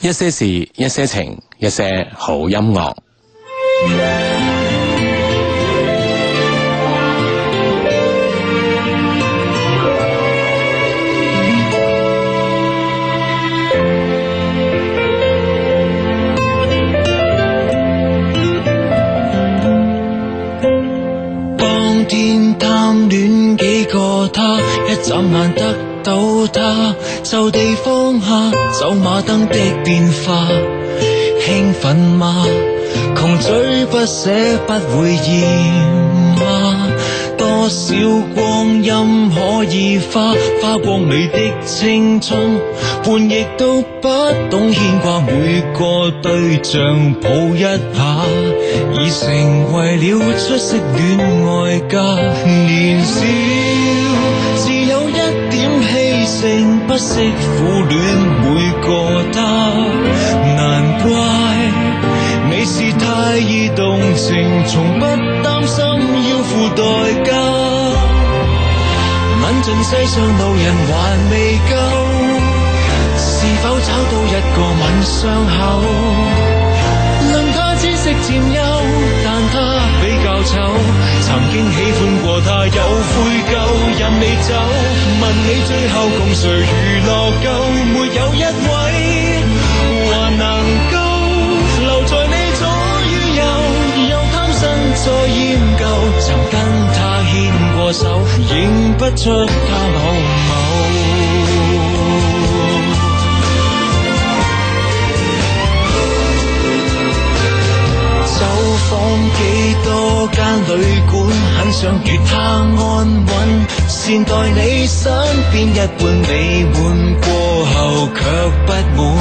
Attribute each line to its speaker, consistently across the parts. Speaker 1: 一些事，一些情，一些好音樂。
Speaker 2: 當天貪戀幾個他，一眨眼得到他，就地放下走馬燈的變化，興奮嗎？窮追不捨不會厭嗎？多少光陰可以花，花光你的青春，半亦都不懂牽掛，每個對象抱一下，已成為了出色戀愛家。年少自有一點氣盛，不惜苦戀每個他，難怪。你是太易動情，從不擔心要付代價。問盡世上路人還未夠，是否找到一個吻傷口？論他知識佔優，但他比較醜。曾經喜歡過他，有悔疚，任你走。問你最後共誰娛樂夠？沒有一位還能夠。留在你左與右，又貪新再厭舊，曾跟他牽過手，認不出他老母。走訪幾多間旅館，很想與他安穩，善待你身邊一半美滿，過後卻不滿。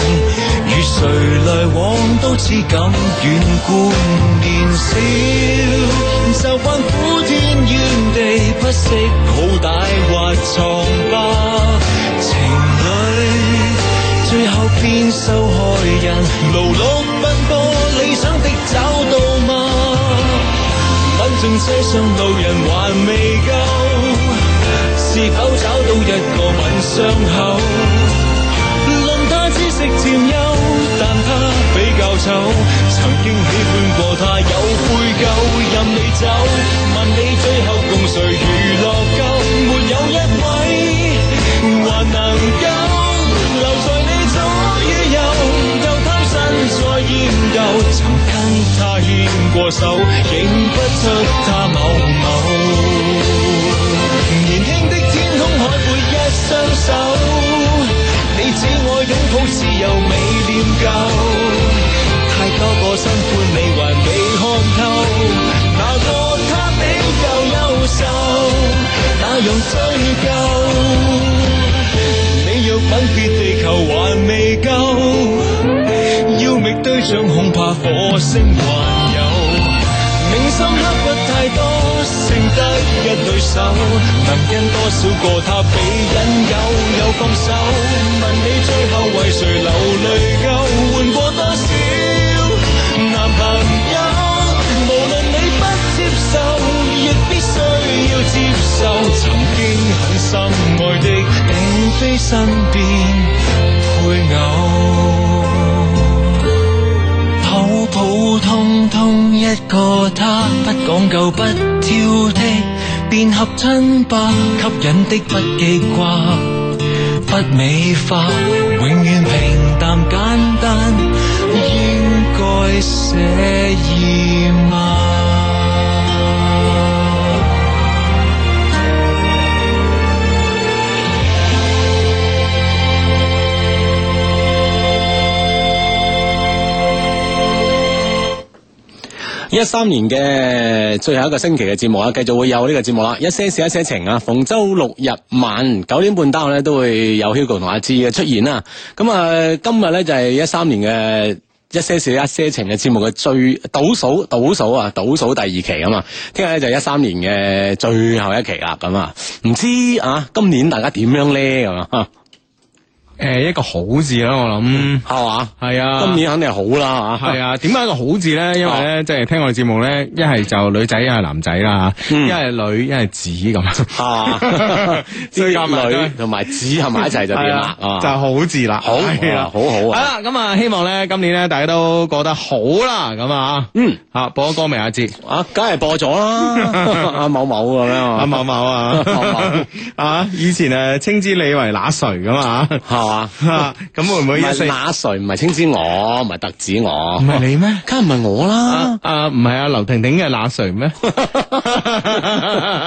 Speaker 2: 與誰來往都似咁遠觀，年少就慣苦天怨地，不惜好歹或瘡疤。情侶最後變受害人，勞碌奔波，理想的找到嗎？問盡世上路人還未夠，是否找到一個吻傷口？論他知識佔優。但他比較醜，曾經喜歡過他，有悔疚，任你走。問你最後共誰娛樂夠？沒有一位還能夠留在你左與右，又貪新再厭舊，曾跟他牽過手，認不出他某某。年輕的天空海闊一雙手。你指我擁抱自由未念夠，太多個新歡你還未看透，哪個他比較優秀，那樣追究。你若吻別地球還未夠，要覓對象恐怕火星還有，銘心刻不太多，剩得一對手，能因多少個他被引誘又放手。問你最後為誰流淚夠？換過多少男朋友？無論你不接受，亦必須要接受。曾經很深愛的，並非身邊配偶。普普通通一個他，不講究，不挑剔，便合親吧。吸引的不記掛。不美化，永遠平淡簡單，應該寫意嗎？
Speaker 1: 一三年嘅最後一個星期嘅節目啊，繼續會有呢個節目啦。一些事，一些情啊，逢周六日晚九點半單咧都會有 Hugo 同阿芝嘅出現啦。咁啊、今日咧就係一三年嘅。一些事一些情嘅節目嘅最倒數倒數啊，倒數第二期啊嘛，聽日咧就一三年嘅最後一期啦，咁啊，唔知啊今年大家點樣咧咁啊？
Speaker 3: 诶、呃一個好字啦，我諗
Speaker 1: 系嘛？
Speaker 3: 係啊。
Speaker 1: 嗯今年肯啊定係好啦，吓
Speaker 3: 系啊，點解一個好字咧？因為咧，即係聽我哋節目咧，一係就女仔，一係男仔啦，
Speaker 1: 嗯
Speaker 3: 一係女，一係子咁。
Speaker 1: 啊，
Speaker 3: 所以夾埋都
Speaker 1: 啲
Speaker 3: 係
Speaker 1: 女同埋子合埋一齊就掂啦，
Speaker 3: 係啊
Speaker 1: 啊
Speaker 3: 就係好字啦，
Speaker 1: 好
Speaker 3: 係啦
Speaker 1: 啊，好好啊，
Speaker 3: 啦，咁啊，希望咧今年咧大家都過得好啦，咁啊，
Speaker 1: 嗯，
Speaker 3: 啊播咗歌未啊？志
Speaker 1: 啊，梗係播咗啦， 阿某某咁樣
Speaker 3: 阿
Speaker 1: 啊，
Speaker 3: 某某啊
Speaker 1: 某某，
Speaker 3: 啊，以前誒稱之你為那誰 噶嘛，
Speaker 1: 係嘛？
Speaker 3: 啊咁會唔
Speaker 1: 唔
Speaker 3: 會一
Speaker 1: 係
Speaker 3: 四
Speaker 1: 那誰，唔係青之我，唔係特指我
Speaker 3: 唔，係你咩？
Speaker 1: 梗係唔係我啦
Speaker 3: 啊。啊，唔係啊，劉婷婷嘅那誰 咩？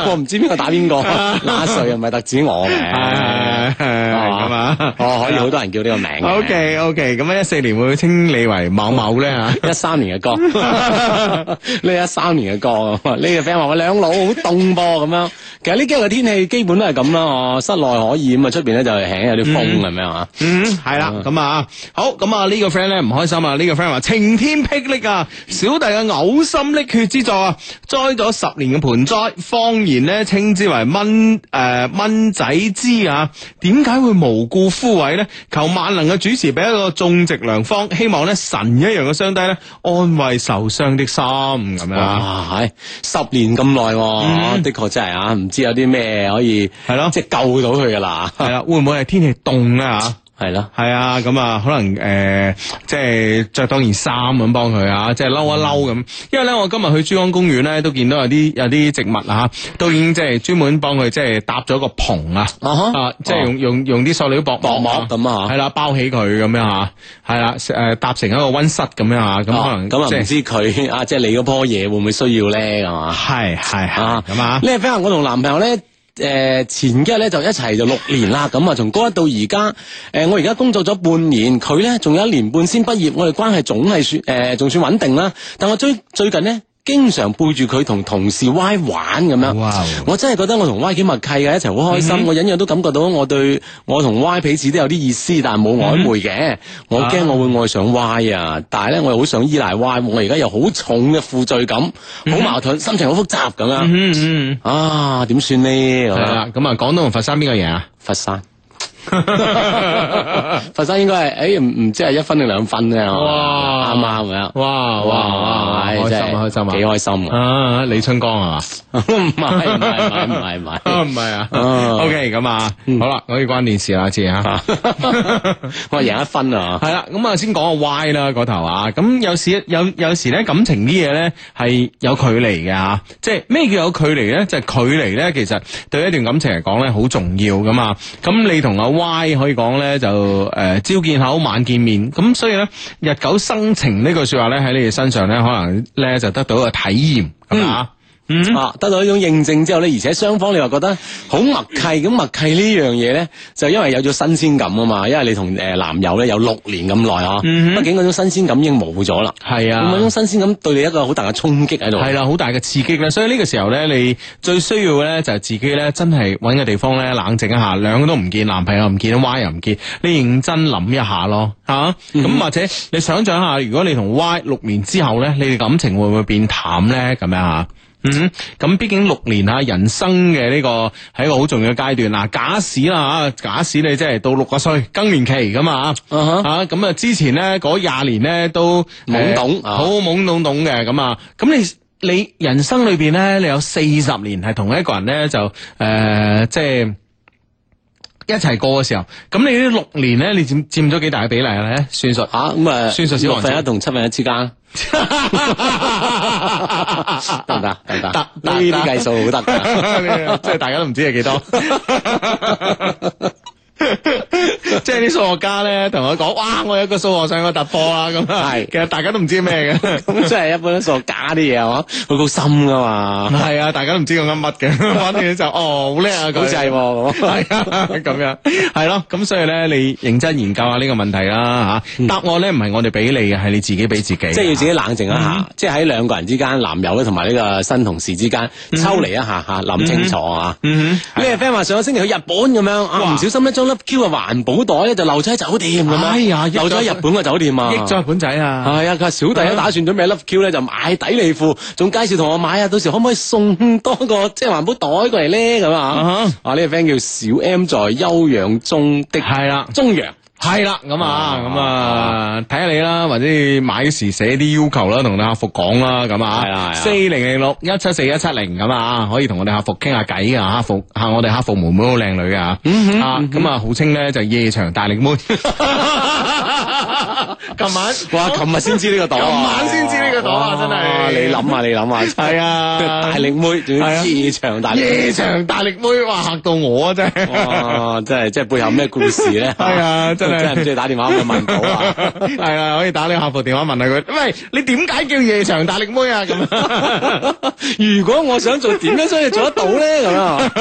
Speaker 1: 我唔知邊個打邊個，那誰又唔係特指我嘅，
Speaker 3: 啊係咁啊
Speaker 1: 哦，可以好多人叫呢個名嘅。
Speaker 3: O K O K，咁一四年會唔會稱你為某某咧啊？
Speaker 1: 一三年嘅歌， 呢一三年嘅歌， 呢個 friend 話我兩老好凍噃咁樣。其實呢幾日嘅天氣基本都係咁啦，哦，室內可以咁啊，出邊咧就輕有啲風咁樣啊。
Speaker 3: 嗯，係啦，咁啊，好，咁啊呢個 friend 咧唔開心啊，呢個 friend 話晴天霹靂啊，小弟嘅嘔心沥血之作啊，栽咗十年嘅盆栽，方言咧稱之為蚊誒蚊仔枝啊，點解會無故枯萎咧？求萬能嘅主持俾一個種植良方，希望咧神一樣嘅雙低咧安慰受傷的心咁樣啊，嗯
Speaker 1: 哇，係十年咁耐喎，的確真係啊，唔知有啲咩可以
Speaker 3: 係咯
Speaker 1: 即係救到佢噶啦，
Speaker 3: 係啦，會唔會係天氣凍啊？嚇？
Speaker 1: 係咯。
Speaker 3: 系啊，咁啊，可能诶、呃即系着多件衫咁幫佢啊，即係嬲一嬲咁。因為咧，我今日去珠江公園咧，都見到有啲有啲植物啊，都已經即係專門幫佢即係搭咗個棚啊，
Speaker 1: 啊哈
Speaker 3: 啊，即係用用用啲塑料薄
Speaker 1: 薄膜咁啊
Speaker 3: 系啦，包起佢咁樣吓，係啦，诶，搭成一個温室咁樣吓，咁
Speaker 1: 哦
Speaker 3: 可能
Speaker 1: 咁啊，
Speaker 3: 即
Speaker 1: 唔
Speaker 3: 係
Speaker 1: 知佢啊，即係你嗰棵嘢會唔會需要咧，係嘛？
Speaker 3: 係係係
Speaker 1: 啊，
Speaker 3: 咁啊，
Speaker 1: 呢個 friend 話我同男朋友咧。誒、前幾日咧就一齊就六年啦，咁啊從高一到而家，誒、呃我而家工作咗半年，佢咧仲有一年半先畢業，我哋關係總係算誒仲、算穩定啦。但我最最近咧經常背住佢同同事 Y 玩咁樣，
Speaker 3: 哇
Speaker 1: 我真係覺得我同 Y 幾默契嘅，一齊好開心。我隱約都感覺到我對我同 Y 彼此都有啲意思，但係冇曖昧嘅。我驚我會愛上 Y 啊，但係咧我又好想依賴 Y，我而家有好重嘅負罪感，好矛盾，心情好複雜咁樣。
Speaker 3: 嗯嗯，
Speaker 1: 啊，點算呢？咁
Speaker 3: 系
Speaker 1: 樣
Speaker 3: 啦，咁啊，廣東同佛山邊個贏啊？
Speaker 1: 佛山，佛山應該係，诶，唔唔知係一分定兩分啫，係嘛
Speaker 3: 哇
Speaker 1: 啱啱咁樣。
Speaker 3: 哇哇哇，
Speaker 1: 唉
Speaker 3: 開心啊開
Speaker 1: 真係
Speaker 3: 心啊，
Speaker 1: 幾開 心啊！
Speaker 3: 啊，李春江係嘛？
Speaker 1: 唔係唔係唔係唔
Speaker 3: 啊，
Speaker 1: 係
Speaker 3: 唔係啊啊
Speaker 1: 啊
Speaker 3: ，OK，咁啊，好啦，可以關電視啦，知吓。
Speaker 1: 唔係，我贏一分啊！
Speaker 3: 係啦，咁啊，先講個 Y 啦，嗰頭啊，咁有時有有時咧，感情啲嘢咧係有距離嘅吓，即係咩叫有距離咧？就係距離咧，其實對一段感情嚟講咧，好重要噶嘛。咁你同阿 Y 可以講咧，就诶朝見口，晚見面，咁所以咧，日久生情呢句说話咧，喺你哋身上咧，可能咧就得到個體驗咁啊。嗯
Speaker 1: 啊，得到呢種認證之後咧，而且雙方你話覺得好默契，咁默契呢樣嘢咧，就因為有咗新鮮感啊嘛，因為你同誒男友咧有六年咁耐啊，
Speaker 3: 嗯哼
Speaker 1: 畢竟嗰種新鮮感已經冇咗啦，
Speaker 3: 係
Speaker 1: 咁
Speaker 3: 啊
Speaker 1: 嗰種新鮮感對你一個好大嘅衝擊喺度。啊
Speaker 3: 系啦，好大嘅刺激啦，所以呢個時候咧，你最需要咧就係自己咧，真係揾個地方咧冷靜一下，兩個都唔見，男朋友唔見，Y 又唔見，你認真諗一下咯，吓、咁、或者你想象下，如果你同 Y 六年之後咧，你哋感情會唔會變淡咧？咁樣吓。嗯，咁畢竟六年啊，人生嘅呢個係一個好重要嘅階段。嗱，假使啦吓，假使你即係到六個歲更年期咁啊，
Speaker 1: 啊哈
Speaker 3: 啊咁啊，之前咧嗰廿年咧都
Speaker 1: 懵懂
Speaker 3: 呃
Speaker 1: 啊，
Speaker 3: 好懵懂懂嘅咁啊，咁你。你人生裏邊咧，你有四十年係同一個人咧，就誒、呃即係一齊過嘅時候，咁你呢六年咧，你佔佔咗幾大嘅比例咧？算術
Speaker 1: 吓咁啊，
Speaker 3: 宣誓小
Speaker 1: 六
Speaker 3: 王子
Speaker 1: 分一同七分一之間，得唔得？得唔得？
Speaker 3: 啊得
Speaker 1: 呢啲計數好得 㗎。
Speaker 3: 即係大家都唔知係幾多。 即係啲數學家咧，同我講，哇！我有一個數學上嘅突破啊，咁啊，
Speaker 1: 係
Speaker 3: 其實大家都唔知咩嘅。
Speaker 1: 咁即係一般數學家啲嘢係嘛，佢好深噶 嘛，
Speaker 3: 系啊，大家都唔知佢噏乜嘅， 反正就哦好叻啊，
Speaker 1: 好似係喎咁。
Speaker 3: 系啊，咁样系咯，咁所以咧，你認真研究下呢個問題啦吓，答案咧唔係我哋俾你嘅，係你自己俾自己，
Speaker 1: 即係要自己冷靜一
Speaker 3: 嗯
Speaker 1: 下，即係喺兩個人之間，男友咧同埋呢個新同事之間抽離一下吓，諗清楚啊。
Speaker 3: 嗯
Speaker 1: 呢個 friend 話上個星期去日本咁樣，啊
Speaker 3: 哇
Speaker 1: 唔小心咧將粒 Q 嘅環保袋咧就漏咗喺酒店咁樣，
Speaker 3: 哎呀益咗
Speaker 1: 漏咗喺日本嘅酒店啊，
Speaker 3: 哼，益咗日本仔啊，
Speaker 1: 系啊，佢話小弟咧打算準備 Love Q 咧就買底利褲，仲介紹同我買啊，到時可唔可以送多個即係環保袋過嚟咧咁
Speaker 3: 啊
Speaker 1: 啊？啊呢個 friend 叫小 M 在休養中的
Speaker 3: 係啦
Speaker 1: 中陽
Speaker 3: 系啦，咁啊，咁啊，睇下你啦，或者你买时写啲要求啦，同你客服讲啦，咁啊，
Speaker 1: 係啦係啦
Speaker 3: 四零零六一七四一七零咁啊，可以同我哋客服倾下偈啊，客服吓我哋客服妹妹好靓女啊，啊，咁啊，號稱咧就夜場大力 妹，
Speaker 1: 琴晚哇，琴日先知呢個檔啊，
Speaker 3: 晚先知呢個檔啊真係
Speaker 1: 哇你諗下，你 諗下，
Speaker 3: 係啊
Speaker 1: 大力妹仲
Speaker 3: 係
Speaker 1: 要
Speaker 3: 啊
Speaker 1: 夜場大力妹
Speaker 3: 夜場大力妹，哇嚇到我啊真係。
Speaker 1: 哇！真係即係背後咩故事咧？
Speaker 3: 係啊真係
Speaker 1: 真係唔中意打電話去問到 啊！
Speaker 3: 系啊，可以打你客服電話問下佢，喂，你點解叫夜場大力妹啊？咁
Speaker 1: 如果我想做，點樣先可以做得到咧？咁啊，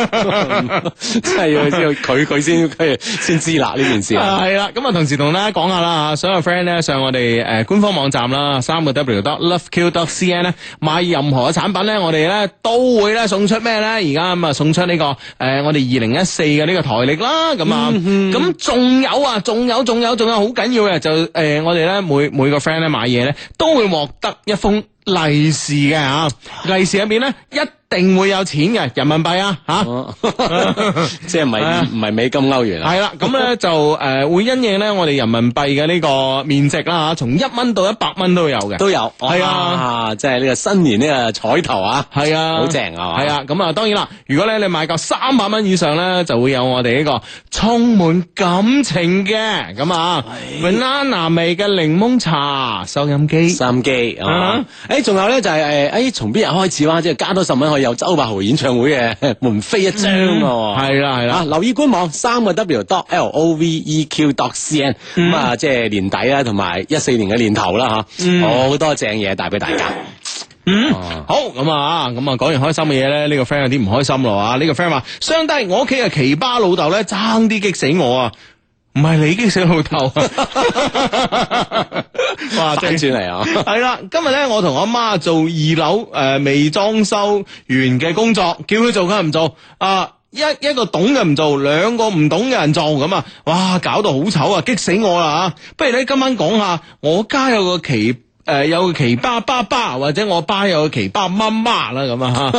Speaker 1: 真係要知道佢佢先佢先知啦呢件事啊！
Speaker 3: 啊，系啦，咁啊，同時同大家講下啦，所有 friend 咧上我哋诶官方網站啦，三個 W dot loveq dot cn 咧買任何嘅產品咧，我哋咧都會咧送出咩咧？而家咁啊送出呢、個个呃我哋二零一四嘅呢個台歷啦，咁啊，咁仲、有啊，仲有仲有仲有好緊要嘅就诶、呃我哋咧每每個 friend 咧買嘢咧都會獲得一封。利是嘅吓，利是入面咧一定會有錢嘅人民幣啊吓。
Speaker 1: 哦 即係唔
Speaker 3: 啊
Speaker 1: 係唔係美金歐 元啊？
Speaker 3: 系啦，咁咧就诶會因應咧我哋人民幣嘅呢個面值啦吓，從一蚊到一百蚊都有嘅。
Speaker 1: 都有
Speaker 3: 係啊
Speaker 1: 哇即係呢個新年呢個彩頭啊！
Speaker 3: 係啊，
Speaker 1: 好正啊嘛
Speaker 3: 係啊，咁啊，當然啦，如果咧你買夠三百蚊以上咧，就會有我哋呢個充滿感情嘅咁啊，banana 味嘅檸檬茶收音機。
Speaker 1: 收音機啊
Speaker 3: 啊！
Speaker 1: 誒，仲有咧就係哎誒，誒從邊日開啊始哇？即係加多十蚊可以有周柏豪演唱會嘅 門飛一張喎。
Speaker 3: 係嗯啦係
Speaker 1: 啊！
Speaker 3: 啦，
Speaker 1: 留意官網三個 W dot L O V E Q dot C N
Speaker 3: 嗯
Speaker 1: 咁啊，即係年底啦，同埋一四年嘅年頭啦吓，好多正嘢帶俾大家。
Speaker 3: 嗯
Speaker 1: 啊，
Speaker 3: 好咁啊，咁啊，講完開心嘅嘢咧，呢、個 friend 有啲唔開心咯啊！呢、個 friend 話：，相低我屋企嘅奇葩老豆咧，爭啲激死我啊！唔係你激死老豆啊！哇，
Speaker 1: 反
Speaker 3: 真係
Speaker 1: 轉嚟 啊！
Speaker 3: 係啦，今日咧我同我媽做二樓诶、呃未裝修完嘅工作，叫佢做佢唔做啊。一一個懂嘅唔做，兩個唔懂嘅人做咁啊！哇，搞到好醜啊，激死我啦吓！不如咧今晚講下，我家有個奇誒、呃有個奇葩爸爸，或者我爸有個奇葩媽媽啦咁 啊！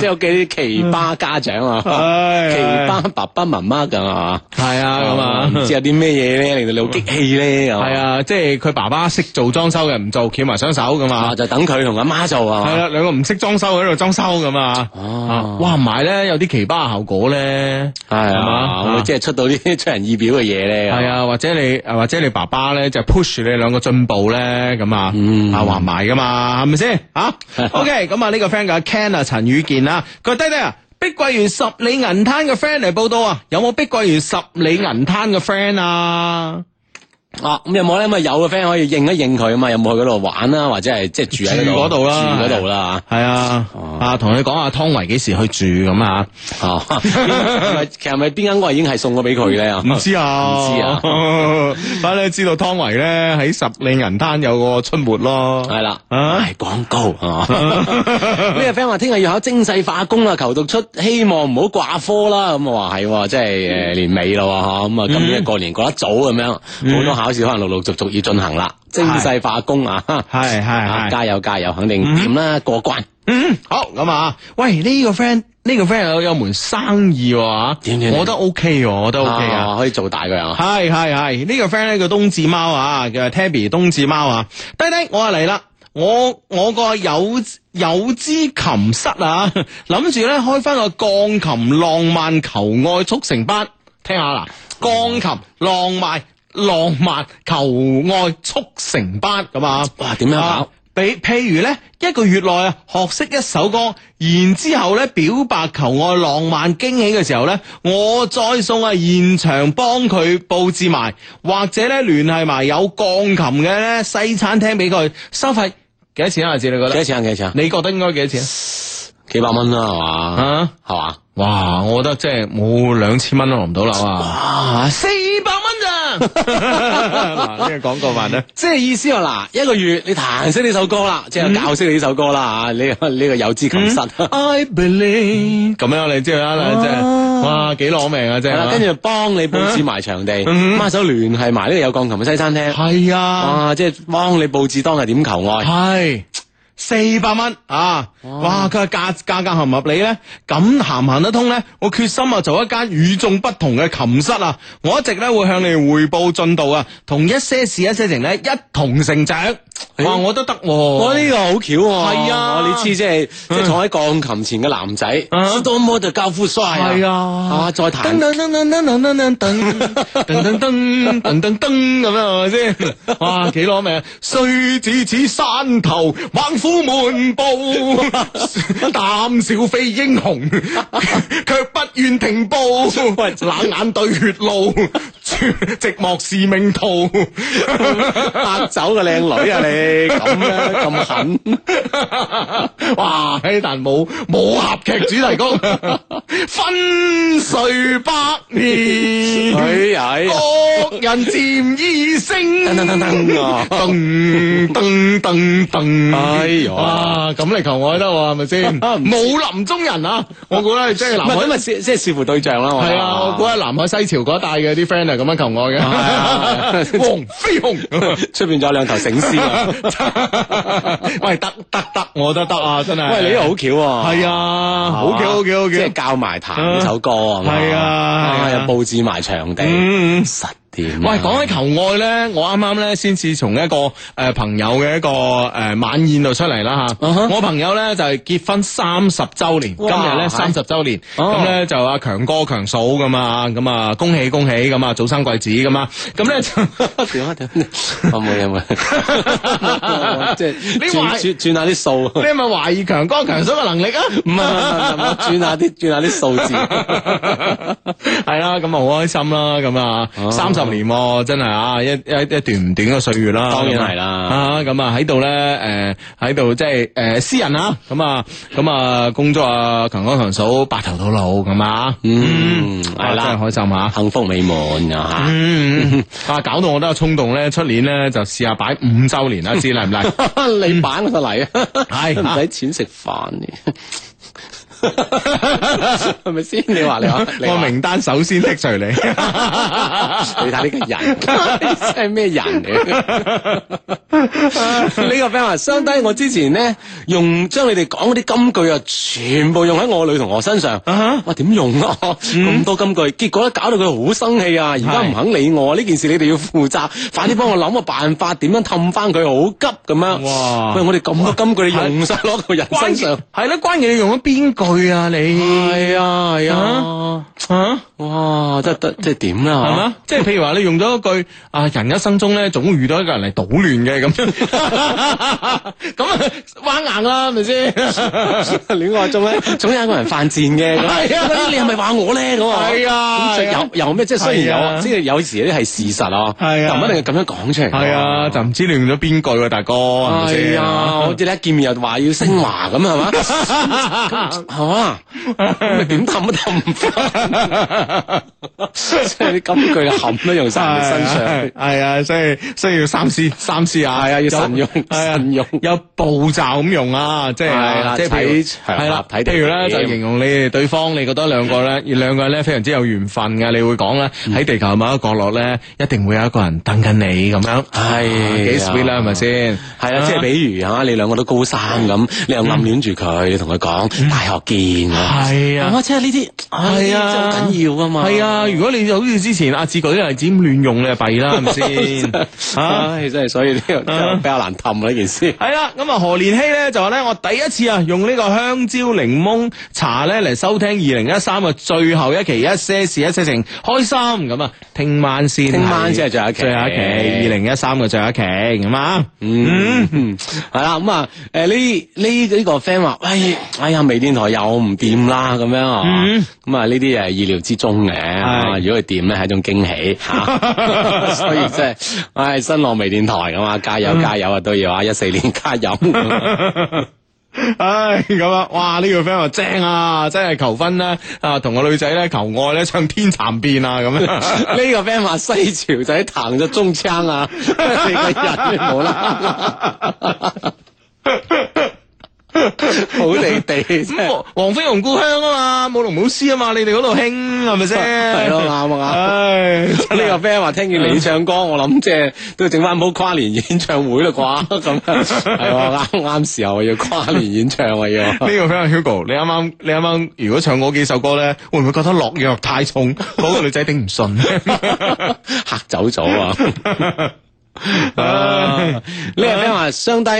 Speaker 1: 即係有幾啲奇葩家長啊，奇葩爸爸媽媽咁啊，哦
Speaker 3: 係嗯啊咁啊！
Speaker 1: 唔知有啲咩嘢咧令到你好激哦氣咧？係
Speaker 3: 係啊，即係佢爸爸識做裝修嘅唔做，翹埋雙手咁啊
Speaker 1: 啊，！就等佢同阿媽做啊。
Speaker 3: 系啦，兩個唔識裝修喺度裝修咁啊！
Speaker 1: 哦
Speaker 3: 啊哇，埋咧有啲奇葩效果咧，
Speaker 1: 系
Speaker 3: 係
Speaker 1: 啊，
Speaker 3: 嘛
Speaker 1: 會唔會
Speaker 3: 啊
Speaker 1: 即係出到啲出人意表嘅嘢咧？
Speaker 3: 係啊，或者你啊或者你爸爸咧就 push 你兩個進步咧咁啊，
Speaker 1: 嗯
Speaker 3: 啊話埋噶嘛，係咪先 啊？OK，咁啊呢個 friend 嘅 Ken 啊陳宇健啊，佢話低低啊。碧桂園十里銀灘嘅 friend 嚟報道啊，有冇碧桂園十里銀灘嘅 friend 啊？
Speaker 1: 啊，咁有冇咧？咁啊有嘅 friend 可以應一應佢啊嘛，有冇去嗰度玩啦，或者係即係住喺
Speaker 3: 住嗰度啦
Speaker 1: 住嗰度啦
Speaker 3: 係啊，
Speaker 1: 哦
Speaker 3: 啊同你講下湯唯幾時去住咁啊？
Speaker 1: 嚇 啊！係咪其實係咪邊間屋已經係送咗俾佢咧？啊
Speaker 3: 唔知啊，
Speaker 1: 唔知啊，
Speaker 3: 反正知道湯唯咧喺十里銀灘有個出沒 咯，
Speaker 1: 係啦，
Speaker 3: 啊
Speaker 1: 賣廣告 啊！呢個 friend 話聽日要考精細化工啊啦，求讀出希望唔好掛科啦。咁我話係喎，即係誒年尾啦喎嚇，咁啊今年過年過得早咁樣，
Speaker 3: 嗯
Speaker 1: 好多考試可能陸陸續續要進行啦。精細化工啊！
Speaker 3: 係
Speaker 1: 啊
Speaker 3: 係係，
Speaker 1: 加油加油，肯定點啦，過關
Speaker 3: 嗯，好咁啊，喂呢個 friend 呢個 friend 有有門生意喎啊
Speaker 1: 點點點
Speaker 3: 我覺得 OK 喎，我覺得 OK 啊。
Speaker 1: 啊可以做大佢啊！
Speaker 3: 系系系，呢、個 friend 咧叫冬至貓啊，叫 Tabby 冬至貓啊，低低我啊嚟啦。我我個有有支琴室啊， 諗住咧開翻個鋼琴浪漫求愛速成班，聽下啦，鋼琴浪漫浪漫求愛速成班咁啊，
Speaker 1: 哇點樣搞
Speaker 3: 啊比譬如咧，一個月內啊，學識一首歌，然之後咧表白求愛、浪漫驚喜嘅時候咧，我再送啊現場幫佢佈置埋，或者咧聯繫埋有鋼琴嘅咧西餐廳俾佢，收費幾多錢啊？阿志你
Speaker 1: 幾
Speaker 3: 覺
Speaker 1: 多
Speaker 3: 得？
Speaker 1: 錢啊？幾多錢啊？
Speaker 3: 你覺得應該幾多錢
Speaker 1: 幾百蚊啦，係嘛？
Speaker 3: 啊？
Speaker 1: 係嘛？
Speaker 3: 哇！我覺得即係冇兩千蚊都落唔到樓啊！
Speaker 1: 啊！
Speaker 3: 四百蚊咋？ 嗱，呢個廣告啊版咧，
Speaker 1: 即係意思話嗱，一個月你彈識呢首歌啦，
Speaker 3: 嗯
Speaker 1: 即係教識你呢首歌啦嚇，啊呢個呢個有知琴室。
Speaker 3: I believe 咁樣你知道啦，即係哇幾攞命啊！真
Speaker 1: 係
Speaker 3: 係
Speaker 1: 啦，跟住幫你佈置埋場地，
Speaker 3: 嗯
Speaker 1: 孖手聯繫埋呢個有鋼琴嘅西餐廳，
Speaker 3: 係啊，哦
Speaker 1: 啊，即係幫你佈置當日點求愛，
Speaker 3: 係四百蚊啊！哇，佢話價價格合唔合理咧？咁行唔行得通咧？我決心啊，做一間與眾不同嘅琴室啊！我一直咧會向你哋匯報進度啊，同一些事一些情咧一同成長。哇，我都得喎！
Speaker 1: 我呢個好巧喎，
Speaker 3: 係啊嗯
Speaker 1: 哇你知即係即係坐喺鋼琴前嘅男仔
Speaker 3: 啊，
Speaker 1: 是多麼的高富帥啊！
Speaker 3: 係啊
Speaker 1: 啊再
Speaker 3: 噔噔噔噔噔噔噔噔噔噔噔噔噔
Speaker 1: 彈
Speaker 3: 噔噔咁樣係咪先？哇，幾攞命！雖只此山頭，猛虎滿布，膽小非英雄，卻不願停步。冷眼對血路，寂寞是命途。
Speaker 1: 嚇走個靚女啊！你咁樣咁 狠，
Speaker 3: 哇！喺但冇武俠劇主題曲，分碎百年。
Speaker 1: 哎哎。
Speaker 3: 各人漸已升，
Speaker 1: 噔噔噔噔啊
Speaker 3: 噔噔噔噔，
Speaker 1: 哎呀
Speaker 3: 哇，咁嚟求我都得喎，係咪先？武林中人啊，我估咧即係南
Speaker 1: 唔係咁
Speaker 3: 海，
Speaker 1: 啊，視即係視乎對象啦。
Speaker 3: 係啊，我估喺南海西樵嗰一帶嘅啲 friend 係咁樣求我嘅，
Speaker 1: 啊
Speaker 3: 黃飛鴻。
Speaker 1: 出邊仲有兩頭醒獅啊！
Speaker 3: 喂，得得得，我覺得得啊，真係。
Speaker 1: 喂，你呢個好巧喎。
Speaker 3: 係啊，好嘅好嘅好
Speaker 1: 即
Speaker 3: 嘅
Speaker 1: 係。教埋彈呢首歌啊嘛。
Speaker 3: 係啊係啊
Speaker 1: 又佈置埋場地，
Speaker 3: 嗯嗯
Speaker 1: 實掂啊。
Speaker 3: 喂，講起求愛咧，我啱啱咧先至從一個誒、呃朋友嘅一個誒、呃晚宴度出嚟啦吓。
Speaker 1: 啊哈
Speaker 3: 我朋友咧就係、結婚三十週年，今
Speaker 1: 哇
Speaker 3: 日咧
Speaker 1: 係
Speaker 3: 三十週年，
Speaker 1: 哦
Speaker 3: 咁咧、就阿強哥強嫂咁啊，咁啊恭喜恭喜咁啊，早生貴子咁啊，咁咧就。
Speaker 1: 點啊點啊，我冇嘢冇嘢，即係
Speaker 3: 你
Speaker 1: 轉
Speaker 3: 話
Speaker 1: 轉轉下啲數。
Speaker 3: 你係咪懷疑強哥強嫂嘅能力啊？
Speaker 1: 唔係唔係唔係，我轉下啲轉下啲數字，
Speaker 3: 係啦，咁啊好開心啦，咁啊
Speaker 1: 哦
Speaker 3: 三十年喎真係啊一一一段唔短嘅歲月啦，
Speaker 1: 當然係啦。
Speaker 3: 啊，咁啊喺度咧，誒喺度即係誒私人啊，咁啊咁啊工作啊，強哥強嫂白頭到老咁啊，
Speaker 1: 嗯
Speaker 3: 啊
Speaker 1: 係啦
Speaker 3: 真係開心啊！
Speaker 1: 幸福美滿啊
Speaker 3: 嗯，啊，搞到我都有衝動咧，出年咧就試下擺五周年啦，啊知嚟唔嚟？
Speaker 1: 嚇！你版我就嚟啊，
Speaker 3: 嗯 係
Speaker 1: 唔使錢食飯嘅， 係咪先？你話你話， 你話
Speaker 3: 我，名單首先剔除 你，
Speaker 1: 你睇呢個人真係咩人嚟？呢 個 friend 話：相低我之前咧用將你哋講嗰啲金句啊，全部用喺我女同學身上。
Speaker 3: 哈嗯
Speaker 1: 哇，點用啊？咁多金句，結果咧搞到佢好生氣啊！而家
Speaker 3: 係
Speaker 1: 唔肯理我，呢件事你哋要負責，快啲幫我諗個辦法，點樣氹翻佢？好急咁樣。
Speaker 3: 哇
Speaker 1: 喂，我哋咁多金句，你用晒落個人
Speaker 3: 關
Speaker 1: 身
Speaker 3: 鍵
Speaker 1: 上。
Speaker 3: 係啦，關鍵你用咗邊句啊？你
Speaker 1: 係啊，係啊。
Speaker 3: 啊？
Speaker 1: 哇！真係得即係點啦？
Speaker 3: 系
Speaker 1: 係
Speaker 3: 嘛？即係譬如話你用咗一句啊，人一生中咧總會遇到一個人嚟搗亂嘅咁 樣， 咁啊彎硬啦，係咪 先？
Speaker 1: 戀愛中咧， 總有一個人犯賤嘅。咁
Speaker 3: 係啊
Speaker 1: 喂你係咪話我咧？咁
Speaker 3: 係啊
Speaker 1: 咁就
Speaker 3: 係啊
Speaker 1: 有有咩？即係雖
Speaker 3: 係
Speaker 1: 然
Speaker 3: 啊
Speaker 1: 有，即係有時啲係事實啊，
Speaker 3: 係啊
Speaker 1: 但唔一定係咁樣講出嚟。
Speaker 3: 係啊，就唔知你用咗邊句喎，大哥係咪
Speaker 1: 係
Speaker 3: 先？
Speaker 1: 啊， 我即係你一見面又話要升華咁，啊係嘛？啊係嘛？咁你點氹都氹唔 翻，即係啲金句冚都用晒喺身上。
Speaker 3: 係啊，所以所以要三思三思啊，
Speaker 1: 係啊要
Speaker 3: 有
Speaker 1: 慎 用
Speaker 3: 係啊
Speaker 1: 慎用
Speaker 3: 有步驟咁用啊，即
Speaker 1: 係啦
Speaker 3: 係即係譬如
Speaker 1: 睇場合
Speaker 3: 係啦
Speaker 1: 睇地
Speaker 3: 譬如
Speaker 1: 點
Speaker 3: 咧就形容你哋對方，你覺得兩個咧，兩個人咧非常之有緣分嘅，你會講咧喺地球某一個角落咧，一定會有一個人等緊你咁樣，
Speaker 1: 係
Speaker 3: 啊幾
Speaker 1: 啊
Speaker 3: sweet 啦，係咪先？
Speaker 1: 係啊啦，即係比如吓，你兩個都高三咁，你又暗戀住佢，你同佢講大學見咁。
Speaker 3: 係嗯啊。
Speaker 1: 啊，即係呢啲啊呢啲
Speaker 3: 係
Speaker 1: 真係
Speaker 3: 啊，
Speaker 1: 好緊要噶嘛。
Speaker 3: 係啊，如果你好似之前阿志舉啲例子咁亂用，你就 弊啦，係咪先？啊
Speaker 1: 唉，真係所以呢個真係比較難氹啊呢件事。
Speaker 3: 系啦，咁啊何連希咧就話咧，我第一次啊用呢個香蕉檸檬茶咧嚟收聽二零一三嘅最後一期一些事一些情，開心咁啊！聽晚先係，
Speaker 1: 聽晚先係最後一期
Speaker 3: 最後一期二零一三嘅最後一期咁啊！
Speaker 1: 嗯，係啦，咁啊，誒呢呢呢個 friend 話，喂，哎呀，微電台又唔掂啦，咁樣啊，
Speaker 3: 嗯
Speaker 1: 咁啊呢啲誒意料之中嘅，啊如果佢掂咧係一種驚喜嚇， 所以即係，唉，新浪微電台咁啊，加
Speaker 3: 嗯
Speaker 1: 油加油啊都要啊，一四年加油，
Speaker 3: 唉，咁啊，哇！呢、個 friend 話正啊，真係求婚啦，啊，同個女仔咧求愛咧唱天蠶變啊，咁樣。
Speaker 1: 呢個 friend 話西潮仔彈咗中槍啊，你個人冇啦啦。 好地地真
Speaker 3: 咁
Speaker 1: 係
Speaker 3: 黃黃飛鴻故鄉啊嘛，舞龍舞獅啊嘛，你哋嗰度興係咪先？
Speaker 1: 係咯啱啊啱啊
Speaker 3: 唉，真係
Speaker 1: 呢個 friend 話聽見你唱歌，我諗即係都整翻好跨年演唱會啦啩，咁係喎啱啱時候啊要跨年演唱啊要，
Speaker 3: 呢個 friend Hugo，你啱啱你啱啱如果唱嗰幾首歌咧，會唔會覺得落藥太重， 嗰個女仔頂唔 順？
Speaker 1: 嚇走咗啊！
Speaker 3: 啊
Speaker 1: 呢個 friend 話相低。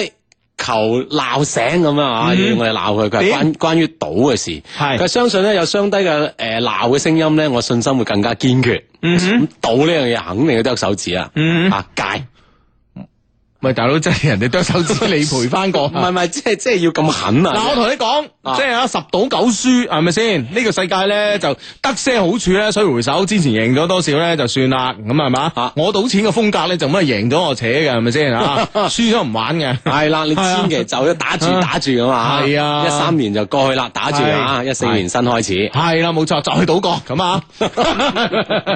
Speaker 1: 求鬧醒咁啊！要我哋鬧佢，佢係關關於賭嘅事。
Speaker 3: 嗯係
Speaker 1: 佢相信咧有相低嘅誒鬧嘅聲音咧，我信心會更加堅決。咁賭呢樣嘢肯定要剁手指啊！
Speaker 3: 嗯
Speaker 1: 啊戒，
Speaker 3: 喂，大佬真係人哋剁手指，你賠翻個。
Speaker 1: 唔係唔 係，即係即係要咁狠
Speaker 3: 嗱，我
Speaker 1: 啊！
Speaker 3: 同你講，
Speaker 1: 啊
Speaker 3: 即係啊十賭九輸，係咪先？呢個世界咧就得些好處咧，水回手之前贏咗多少咧就算啦，咁係嘛
Speaker 1: 啊？
Speaker 3: 我賭錢嘅風格咧就乜贏咗我扯嘅，係咪先 啊？輸咗唔玩嘅。
Speaker 1: 係啦，你千祈就要打住
Speaker 3: 啊
Speaker 1: 打住啊嘛！
Speaker 3: 係啊
Speaker 1: 一三年就過去啦，打住啊！
Speaker 3: 係
Speaker 1: 一四年新開始，
Speaker 3: 係啦，冇錯，就去賭角 咁啊！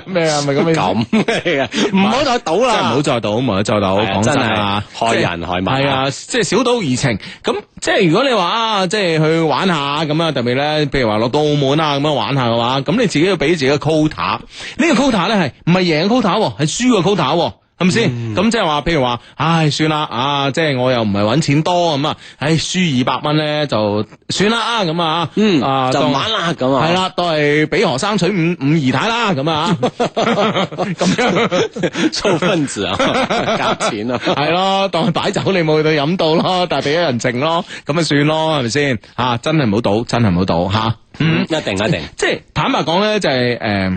Speaker 3: 咩啊？咪咁嘅意思
Speaker 1: 咁嘅唔好再賭
Speaker 3: 真係唔
Speaker 1: 啦
Speaker 3: 好！再賭，唔好再賭，
Speaker 1: 係啊
Speaker 3: 講真
Speaker 1: 真係
Speaker 3: 啊，
Speaker 1: 害人害物
Speaker 3: 係啊，即係小賭怡情。咁即係如果你話啊，即係去玩下咁啊，特別咧，譬如話落到澳門啊咁樣玩下嘅話，咁你自己要俾自己個 quota。呢個 quota 咧係唔係贏 quota，喎係輸個 quota 喎。係
Speaker 1: 嗯
Speaker 3: 咪先？咁即係話，譬如話，唉，算啦，啊，即係我又唔係揾錢多咁啊，唉，輸二百蚊咧就算啦啊，咁啊，
Speaker 1: 嗯
Speaker 3: 啊，，
Speaker 1: 就
Speaker 3: 當
Speaker 1: 唔玩啦咁啊！
Speaker 3: 係啦，都係俾何生娶五五姨太啦，咁啊，咁樣。
Speaker 1: 粗分子 啊，夾錢啊！
Speaker 3: 系咯，当佢擺酒你冇去到飲到咯，但係俾咗人情咯，咁咪算咯，係咪先？吓、真係唔好賭，真係唔好賭吓。
Speaker 1: 嗯，一定一定，
Speaker 3: 即係坦白講咧，就係誒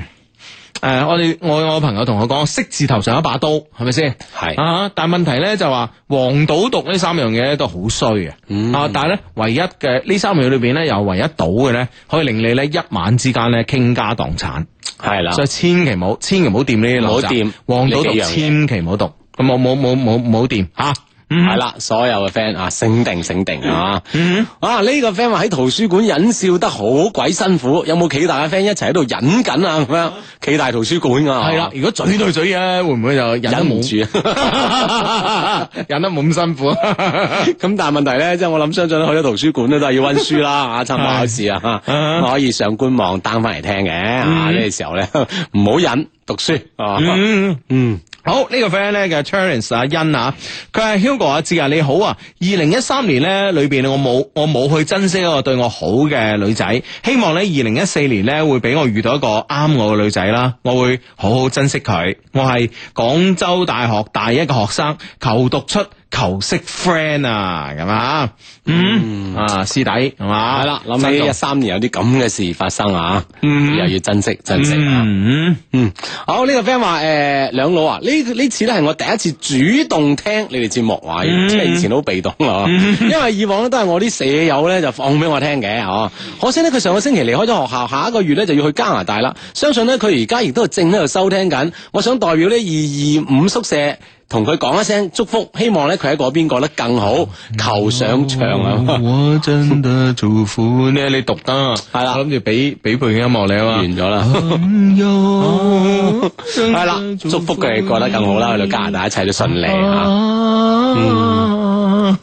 Speaker 3: 誒，我哋我我朋友同我講，色字頭上一把刀，係咪先？
Speaker 1: 係
Speaker 3: 啊，但係問題咧就話黃賭毒呢三樣嘢咧都好衰嘅。
Speaker 1: 嗯
Speaker 3: 啊，但係咧唯一嘅呢三樣裏邊咧，又唯一賭嘅咧，可以令你咧一晚之間咧傾家蕩產。
Speaker 1: 係啦
Speaker 3: 所，以千祈唔好，千祈唔好掂呢啲
Speaker 1: 唔
Speaker 3: 垃圾
Speaker 1: 好掂
Speaker 3: 黃賭
Speaker 1: 呢
Speaker 3: 毒
Speaker 1: 幾樣嘢
Speaker 3: 千祈唔好讀，咁冇冇冇冇冇掂吓。嗯
Speaker 1: 係啦，所有嘅 friend 啊，醒定醒定啊！啊，呢個 friend 話喺圖書館忍笑得好鬼辛苦，有冇企大嘅 friend 一齊喺度忍緊啊？咁樣企大圖書館啊，
Speaker 3: 係啦，如果嘴對嘴咧，會唔會就忍得
Speaker 1: 忍唔
Speaker 3: 冇
Speaker 1: 住。
Speaker 3: 忍得冇咁辛苦？
Speaker 1: 咁但係問題咧，即係我諗相信去咗圖書館咧 都係要温書啦，啊，參加考試啊，
Speaker 3: 嗯
Speaker 1: 咁可以上官網 down 翻嚟聽嘅，啊，呢個時候咧唔好忍，讀書啊，
Speaker 3: 嗯。
Speaker 1: 嗯，
Speaker 3: 好呢、個 friend 咧嘅 Charles 阿欣啊，佢係 Hugo 阿志啊，你好啊！二零一三年咧裏邊我冇我冇去珍惜一個對我好嘅女仔，希望咧二零一四年咧會俾我遇到一個啱我嘅女仔啦，我會好好珍惜佢。我係廣州大學大一嘅學生，求讀出。求識 friend 啊，咁啊，嗯啊師弟係嘛，
Speaker 1: 係啦，諗起一三年有啲咁嘅事發生啊，又要珍惜珍惜啊。
Speaker 3: 嗯
Speaker 1: 嗯，好呢、個 friend 話誒兩老啊，呢呢次咧係我第一次主動聽你哋節目啊，即係以前好被動啊，因為以往咧都係我啲舍友咧就放俾我聽嘅哦。可惜咧佢上個星期離開咗學校，下一個月咧就要去加拿大啦。相信咧佢而家亦都係正喺度收聽緊。我想代表呢二二五宿舍。同佢講一聲祝福，希望咧佢喺嗰邊過得更好，求上場啊！
Speaker 3: 我真的祝福呢，你讀得係
Speaker 1: 啦
Speaker 3: 我諗住俾俾背景音樂你啊 嘛，
Speaker 1: 完咗啦，
Speaker 3: 朋 友，系
Speaker 1: 係啦，祝福佢過得更好啦，去到加拿大一切都順利
Speaker 3: 哦
Speaker 1: 啊！
Speaker 3: 嗯，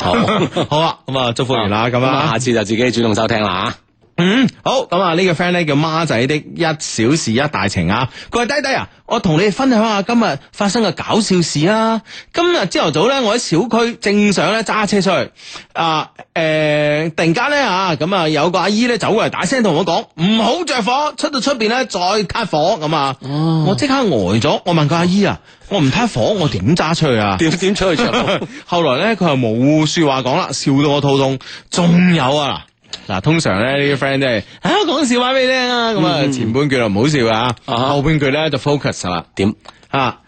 Speaker 1: 好，
Speaker 3: 好啊，咁啊，祝福完啦，咁
Speaker 1: 咁
Speaker 3: 啊
Speaker 1: 下，次就自己主動收聽啦啊嚇。
Speaker 3: 嗯，好，咁啊，呢個 friend 咧叫孖仔的一小事一大情啊，佢話低低啊，我同你哋分享下今日發生嘅搞笑事啊。今日朝頭早咧，我喺小區正想咧揸車出去，啊，诶、突然間咧啊，咁啊有個阿姨咧走過嚟，大聲同我講唔好着火，出到出邊咧再撻火咁啊，我即刻呆咗，我問個阿姨啊，我唔撻火，我點揸出去啊？
Speaker 1: 点点出去着？
Speaker 3: 後來咧，佢又冇说話講啦，笑到我肚痛。仲有啊嗱，嗱，通常咧呢啲 friend 都係啊講笑話俾你聽啊，咁啊前半句就唔好笑啊，
Speaker 1: 啊
Speaker 3: 後半句咧就 focus 啦
Speaker 1: 点？
Speaker 3: 啊。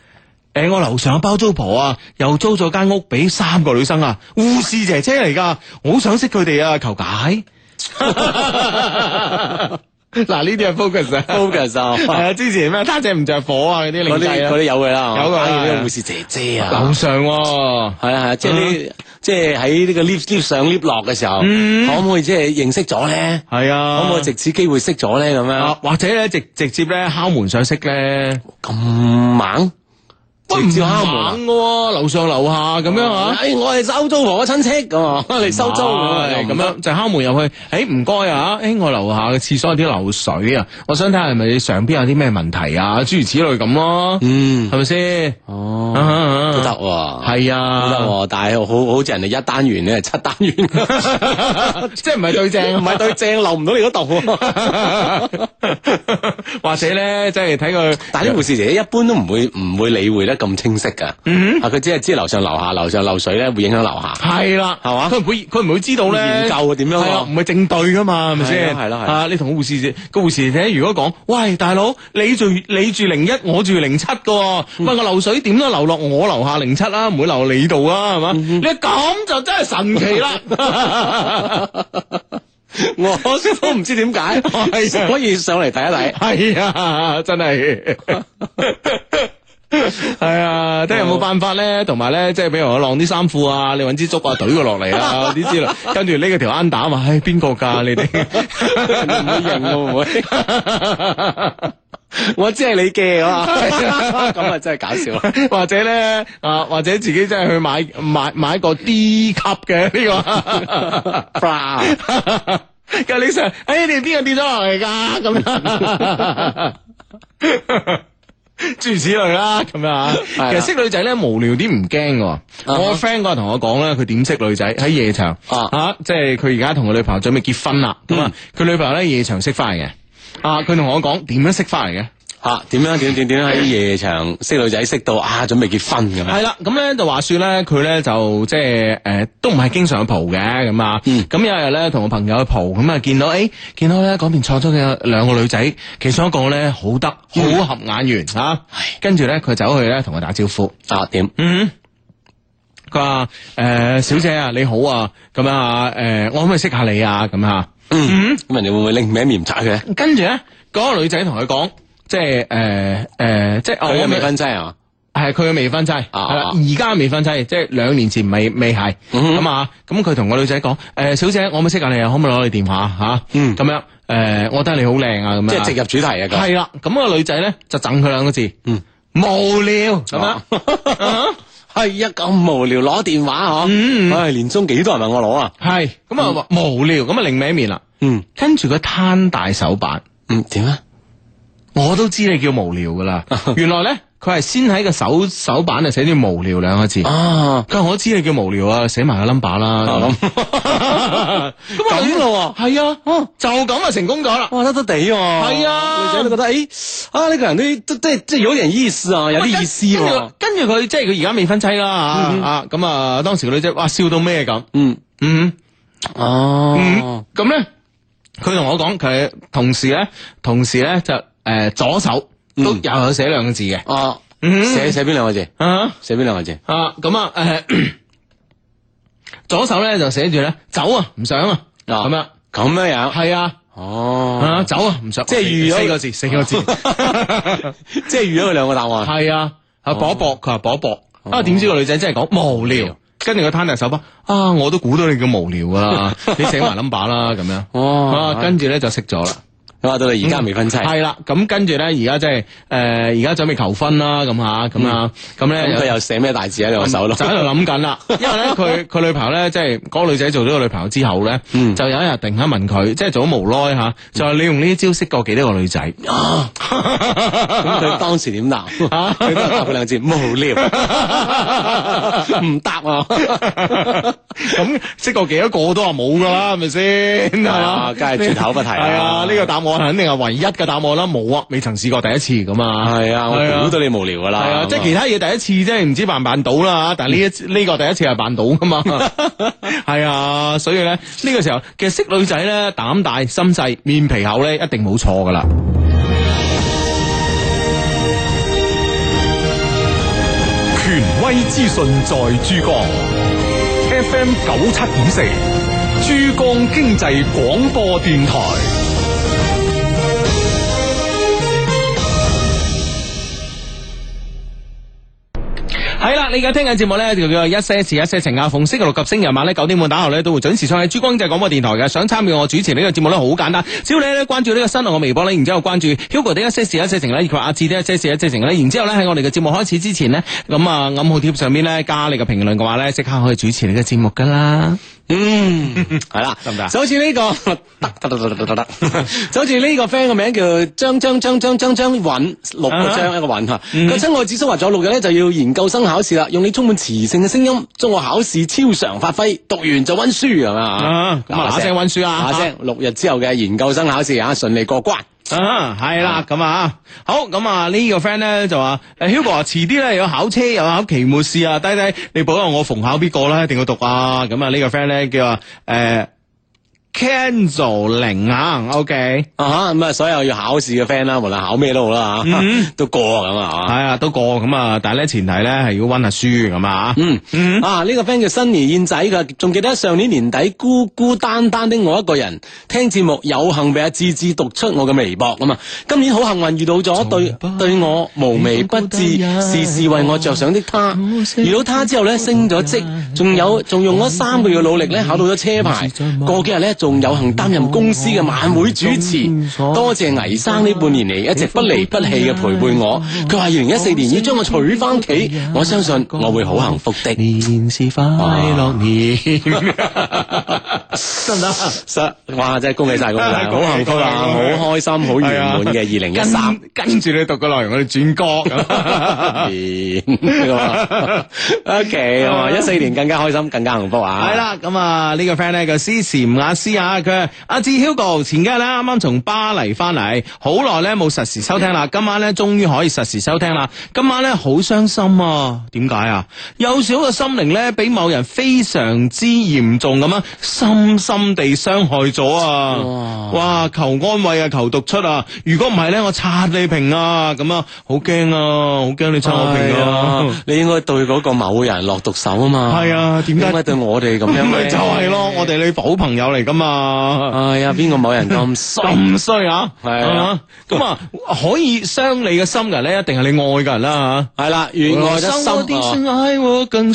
Speaker 3: 誒，我樓上嘅包租婆啊，又租咗間屋俾三個女生啊，護士姐姐嚟㗎，我好想識佢哋啊，求解。 嗱，呢啲係 focus 啊
Speaker 1: focus 啊
Speaker 3: 係啊，之前咩他姐唔着火啊嗰啲
Speaker 1: 嗰
Speaker 3: 另
Speaker 1: 啲
Speaker 3: 計
Speaker 1: 嗰
Speaker 3: 啊
Speaker 1: 啲有嘅啦，
Speaker 3: 有㗎
Speaker 1: 反而
Speaker 3: 係
Speaker 1: 呢
Speaker 3: 啊
Speaker 1: 個護士姐姐啊
Speaker 3: 樓。上喎。
Speaker 1: 系啊，係啊即係呢，即係喺呢個 lift lift 上 lift 落嘅時候，
Speaker 3: 嗯
Speaker 1: 可唔可以即係認識咗咧？
Speaker 3: 係啊，
Speaker 1: 可唔可以藉此機會識咗咧？咁樣
Speaker 3: 啊，或者咧直直接咧敲門上識咧，
Speaker 1: 咁猛，直接敲門啊
Speaker 3: 猛喎，樓上樓下咁樣啊。
Speaker 1: 哎，我係收租婆嘅親戚咁啊，你收租咁啊
Speaker 3: 係
Speaker 1: 咁
Speaker 3: 咁
Speaker 1: 樣。
Speaker 3: 哦樣就敲門入去，誒唔該啊，誒我樓下嘅廁所有啲漏水啊，我想睇下係咪你上邊有啲咩問題啊，諸如此類咁咯，
Speaker 1: 嗯，
Speaker 3: 係咪先？
Speaker 1: 哦
Speaker 3: 啊啊啊
Speaker 1: 都得喎，
Speaker 3: 係
Speaker 1: 都得
Speaker 3: 啊，
Speaker 1: 喎，但係好好似人哋一單元咧，七單元，
Speaker 3: 即係唔係對正啊
Speaker 1: 唔係對正留唔到你嗰度喎。
Speaker 3: 或者咧，即係睇佢，
Speaker 1: 但係啲護士姐姐一般都唔會唔會理會得咁清晰噶，
Speaker 3: 嗯
Speaker 1: 啊佢只係知樓上樓下，樓上漏水咧會影響樓下。
Speaker 3: 係啦，
Speaker 1: 係嘛
Speaker 3: 佢唔會，佢唔會知道咧，
Speaker 1: 研究點樣喎
Speaker 3: 係啊唔係正對噶嘛，係咪
Speaker 1: 係啦
Speaker 3: 先？
Speaker 1: 係啦係啦
Speaker 3: 啊，你同個護士姐，個護士姐如果講，喂，大佬，你住你住零一，我住零七噶喎，
Speaker 1: 嗯
Speaker 3: 喂，我漏水點都流落我樓下零七啦，唔會流你度啊，係嘛？
Speaker 1: 嗯
Speaker 3: 你咁就真係神奇 啦！
Speaker 1: 我都唔知點 解，
Speaker 3: 係啊
Speaker 1: 可以上嚟睇一睇。
Speaker 3: 係啊，真係。係啊，睇下有冇辦法咧，同埋咧，即係比如我晾啲衫褲啊，你揾支竹啊，懟佢落嚟啊，啲之類，跟住呢個條啱打嘛，唉，邊個㗎你哋？
Speaker 1: 唔會認喎會唔會？ 我 知係你嘅啊，咁啊真係搞笑啊！
Speaker 3: 或者咧啊，或者自己真係去買買買個 D 級嘅呢個。 跟住你上，哎，你哋邊個跌咗落嚟㗎？咁樣。 諸如此類啦，咁樣啊。其
Speaker 1: 係啦啊
Speaker 3: 實識女仔咧無聊啲唔驚喎。我 friend 嗰日同我講咧，佢點識女仔喺夜場
Speaker 1: 啊嗯
Speaker 3: 啊，即係佢而家同佢女朋友準備結婚啦。咁啊，佢女朋友咧夜場識翻嚟嘅。啊，佢同我講點樣識翻嚟嘅？
Speaker 1: 吓點樣點點點樣喺夜場識女仔識到啊，準備結婚咁樣。
Speaker 3: 係啦，咁咧就話說咧，佢咧就即係诶，都唔係經常去蒲嘅咁啊。
Speaker 1: 嗯
Speaker 3: 咁有一日咧，同我朋友去蒲，咁啊見到诶，見到咧嗰邊坐咗嘅兩個女仔，其中一個咧好得，
Speaker 1: 嗯
Speaker 3: 好合眼緣啊。跟住咧，佢走去咧同佢打招呼。
Speaker 1: 啊點？
Speaker 3: 嗯，佢話诶，小姐啊，你好啊，咁樣啊，诶、我可唔可以識下你啊？咁啊，嗯
Speaker 1: 嗯，咁人哋會唔會拎名面查佢咧？
Speaker 3: 跟住咧，嗰、個女仔同佢講，即係诶诶，即係哦
Speaker 1: 佢
Speaker 3: 我
Speaker 1: 嘅
Speaker 3: 未
Speaker 1: 未婚妻啊？
Speaker 3: 系佢嘅未婚妻，係
Speaker 1: 啊嗯
Speaker 3: 啦而家嘅未婚妻，即係兩年前未未係咁啊，咁佢同個女仔講，诶，小姐，我咪識下你啊，可唔可以攞你電話吓？
Speaker 1: 嗯
Speaker 3: 咁樣诶，我覺得你好靚啊，咁樣
Speaker 1: 即係直入主題啊！佢
Speaker 3: 係啦，咁個女仔咧就贈佢兩個字，
Speaker 1: 嗯，
Speaker 3: 無聊咁樣
Speaker 1: 啊。系啊，咁無聊攞電話嗬，
Speaker 3: 嗯嗯
Speaker 1: 唉，年中幾多人問我攞啊？
Speaker 3: 係咁啊，話無聊咁啊，另一面啦。
Speaker 1: 嗯
Speaker 3: 跟住佢攤大手板，
Speaker 1: 嗯，点啊？
Speaker 3: 我都知你叫無聊 噶啦。原來咧，佢係先喺個手手板啊度寫住無聊兩個字。
Speaker 1: 啊，
Speaker 3: 佢話我知你叫無聊啊，寫埋個 number 啦。 咁
Speaker 1: 啊咁咯
Speaker 3: 系啊，
Speaker 1: 嗯
Speaker 3: 就咁啊成功咗啦
Speaker 1: 喎，。哇，得得地喎，
Speaker 3: 係啊
Speaker 1: 女仔都覺得，诶，啊呢個人都都即係即係有點意思啊，有啲意思喎，
Speaker 3: 跟住佢即係佢而家未婚妻啦啊啊咁啊，當時個女仔哇笑到咩咁，
Speaker 1: 嗯
Speaker 3: 嗯
Speaker 1: 哦
Speaker 3: 嗯，，咁咧佢同我講佢同時咧，同時咧就诶左手都
Speaker 1: 嗯
Speaker 3: 又有寫兩個字嘅，
Speaker 1: 哦，
Speaker 3: 嗯
Speaker 1: 寫寫邊兩個字？
Speaker 3: 啊
Speaker 1: 寫邊兩個字？
Speaker 3: 啊咁啊诶左手咧就寫住咧走啊唔想啊
Speaker 1: 啊
Speaker 3: 咁樣，
Speaker 1: 咁樣樣，
Speaker 3: 係啊啊
Speaker 1: 哦，
Speaker 3: 走啊唔想，
Speaker 1: 即係預咗
Speaker 3: 四個字四個字。
Speaker 1: 即係預咗佢兩個答案，
Speaker 3: 系 啊，
Speaker 1: 哦
Speaker 3: 啊搏一搏，佢話搏一搏，啊點知個女仔真係講無
Speaker 1: 啊
Speaker 3: 聊，跟住佢攤大手包，啊我都估到你叫無聊 噶啦，你寫埋 number 啦咁樣，
Speaker 1: 哦
Speaker 3: 啊跟嗯住咧就識咗啦，
Speaker 1: 佢話到你而家未婚妻，
Speaker 3: 係啦，咁跟住咧而家即係誒而家準備求婚啦咁吓，咁啊咁
Speaker 1: 嗯咁
Speaker 3: 咧
Speaker 1: 佢。又寫咩大字喺你個手
Speaker 3: 就
Speaker 1: 度？
Speaker 3: 喺度諗 緊啦，因為咧佢佢女朋友咧，即係嗰個女仔做咗個女朋友之後咧，
Speaker 1: 嗯
Speaker 3: 就有一日突然間問佢，即係做咗無耐吓，就話你用呢招識過幾多個女仔？
Speaker 1: 啊 咁佢當時點答？
Speaker 3: 啊
Speaker 1: 佢都係答佢兩個字無聊，唔答啊！
Speaker 3: 咁識過幾多個都話冇噶啦，係咪先？ 係嘛，
Speaker 1: 梗係絕口不提啦
Speaker 3: 係啊，呢個答案肯定係唯一嘅答案啦，冇啊，未曾試過第一次咁啊。
Speaker 1: 係啊，
Speaker 3: 係啊
Speaker 1: 我估到你無聊噶
Speaker 3: 係
Speaker 1: 啦。
Speaker 3: 啊，即係其他嘢第一次啫，唔知辦唔辦到啦。但係呢一次呢個第一次係辦到噶嘛。係啊，所以咧呢個時候其實識女仔咧膽大心細面皮厚咧一定冇錯噶啦。
Speaker 4: 权威资讯在珠江，FM 九七点四，珠江经济广播电台。
Speaker 3: 系啦，你而家聽緊節目咧，就叫做一些事一些情啊。逢星期六及星期日晚咧九點半打後咧，都會準時上喺珠江經濟廣播電台嘅。想參與我主持呢個節目咧，好簡單，只要你咧關注呢個新浪嘅微博咧，然之後關注 Hugo 的一些事一些情咧，以及阿志的一些事一些情咧，然之後咧喺我哋嘅節目開始之前呢，咁啊暗號貼上邊咧加你嘅評論嘅話咧，即刻可以主持你嘅節目噶啦。
Speaker 1: 嗯，系啦，
Speaker 3: 得唔得啊
Speaker 1: 就好似呢個得得得得得得得，就好似呢個 friend 個名叫張張張張張張允，六個張一個允吓。佢親愛子叔話仲有六日咧就要研究生考試啦，用你充滿磁性嘅聲音，祝我考試超常發揮，讀完就温書係嘛
Speaker 3: 啊咁啊嗱聲溫書啊
Speaker 1: 嗱聲六日之後嘅研究生考試啊，順利過關。
Speaker 3: 啊，系啦，咁啊，好，咁啊呢個 friend 咧就話，誒 Hugo 啊，遲啲咧有考車，又考期末試啊，低低，你保佑我逢考必過啦，一定要讀啊，咁啊呢個 friend 咧叫啊，誒 Kenzo 零啊，OK，
Speaker 1: 啊哈咁啊，所有要考試嘅 friend 啦，無論考咩都好啦吓，都過咁啊係嘛
Speaker 3: 係啊，都過咁啊，但係咧前提咧係要温下書咁啊，
Speaker 1: 嗯，啊呢、個 friend 叫新年燕仔㗎，仲記得上年年底孤孤單單的我一個人聽節目，有幸被阿志志讀出我嘅微博啊嘛。今年好幸運遇到咗對對我無微不至、事事為我着想的他。遇到他之後咧，升咗職，仲有仲用咗三個月努力咧，考到咗車牌。過幾日咧，仲有幸擔任公司嘅晚會主持。多謝倪生呢半年嚟一直不離不棄嘅陪伴我。佢話二零一四年要將我娶翻屋企，我相信我會好幸福的。
Speaker 3: 年是快樂年，
Speaker 1: 得唔得？實哇！真係恭喜晒恭喜晒， 好幸福啊， 好開心，好圓滿嘅二零一三
Speaker 3: 跟跟住你讀嘅內容，我哋轉歌咁。
Speaker 1: 年 咁啊。OK，咁啊，一四年更加開心，更加幸福啊！
Speaker 3: 系，啦，咁啊呢個 friend 咧叫思禪雅思啊，佢話阿志 Hugo 前幾日咧啱啱從巴黎翻嚟，好耐咧冇實時收聽啦，今晚咧終於可以實時收聽啦，今晚咧好傷心啊，點解啊？幼小嘅心靈咧俾某人非常之嚴重咁啊，深深地傷害咗啊！哇，求安慰啊，求讀出啊！如果唔係咧，我刷你屏啊！咁啊，好驚啊，好驚你刷我屏啊！！
Speaker 1: 你應該對嗰個某人落毒手啊嘛。
Speaker 3: 係啊點解
Speaker 1: 點解對我哋咁樣
Speaker 3: 咪
Speaker 1: 咧？
Speaker 3: 就係咯，我哋你好朋友嚟噶嘛。
Speaker 1: 哎呀，邊個某人咁衰？
Speaker 3: 咁衰啊！
Speaker 1: 係啊，
Speaker 3: 咁啊，可以傷你嘅心嘅人咧，一定係你愛嘅人啦
Speaker 1: 係啦，
Speaker 3: 吓。
Speaker 1: 越愛得
Speaker 3: 傷我
Speaker 1: 深
Speaker 3: 的
Speaker 1: 啊
Speaker 3: 心，愛我更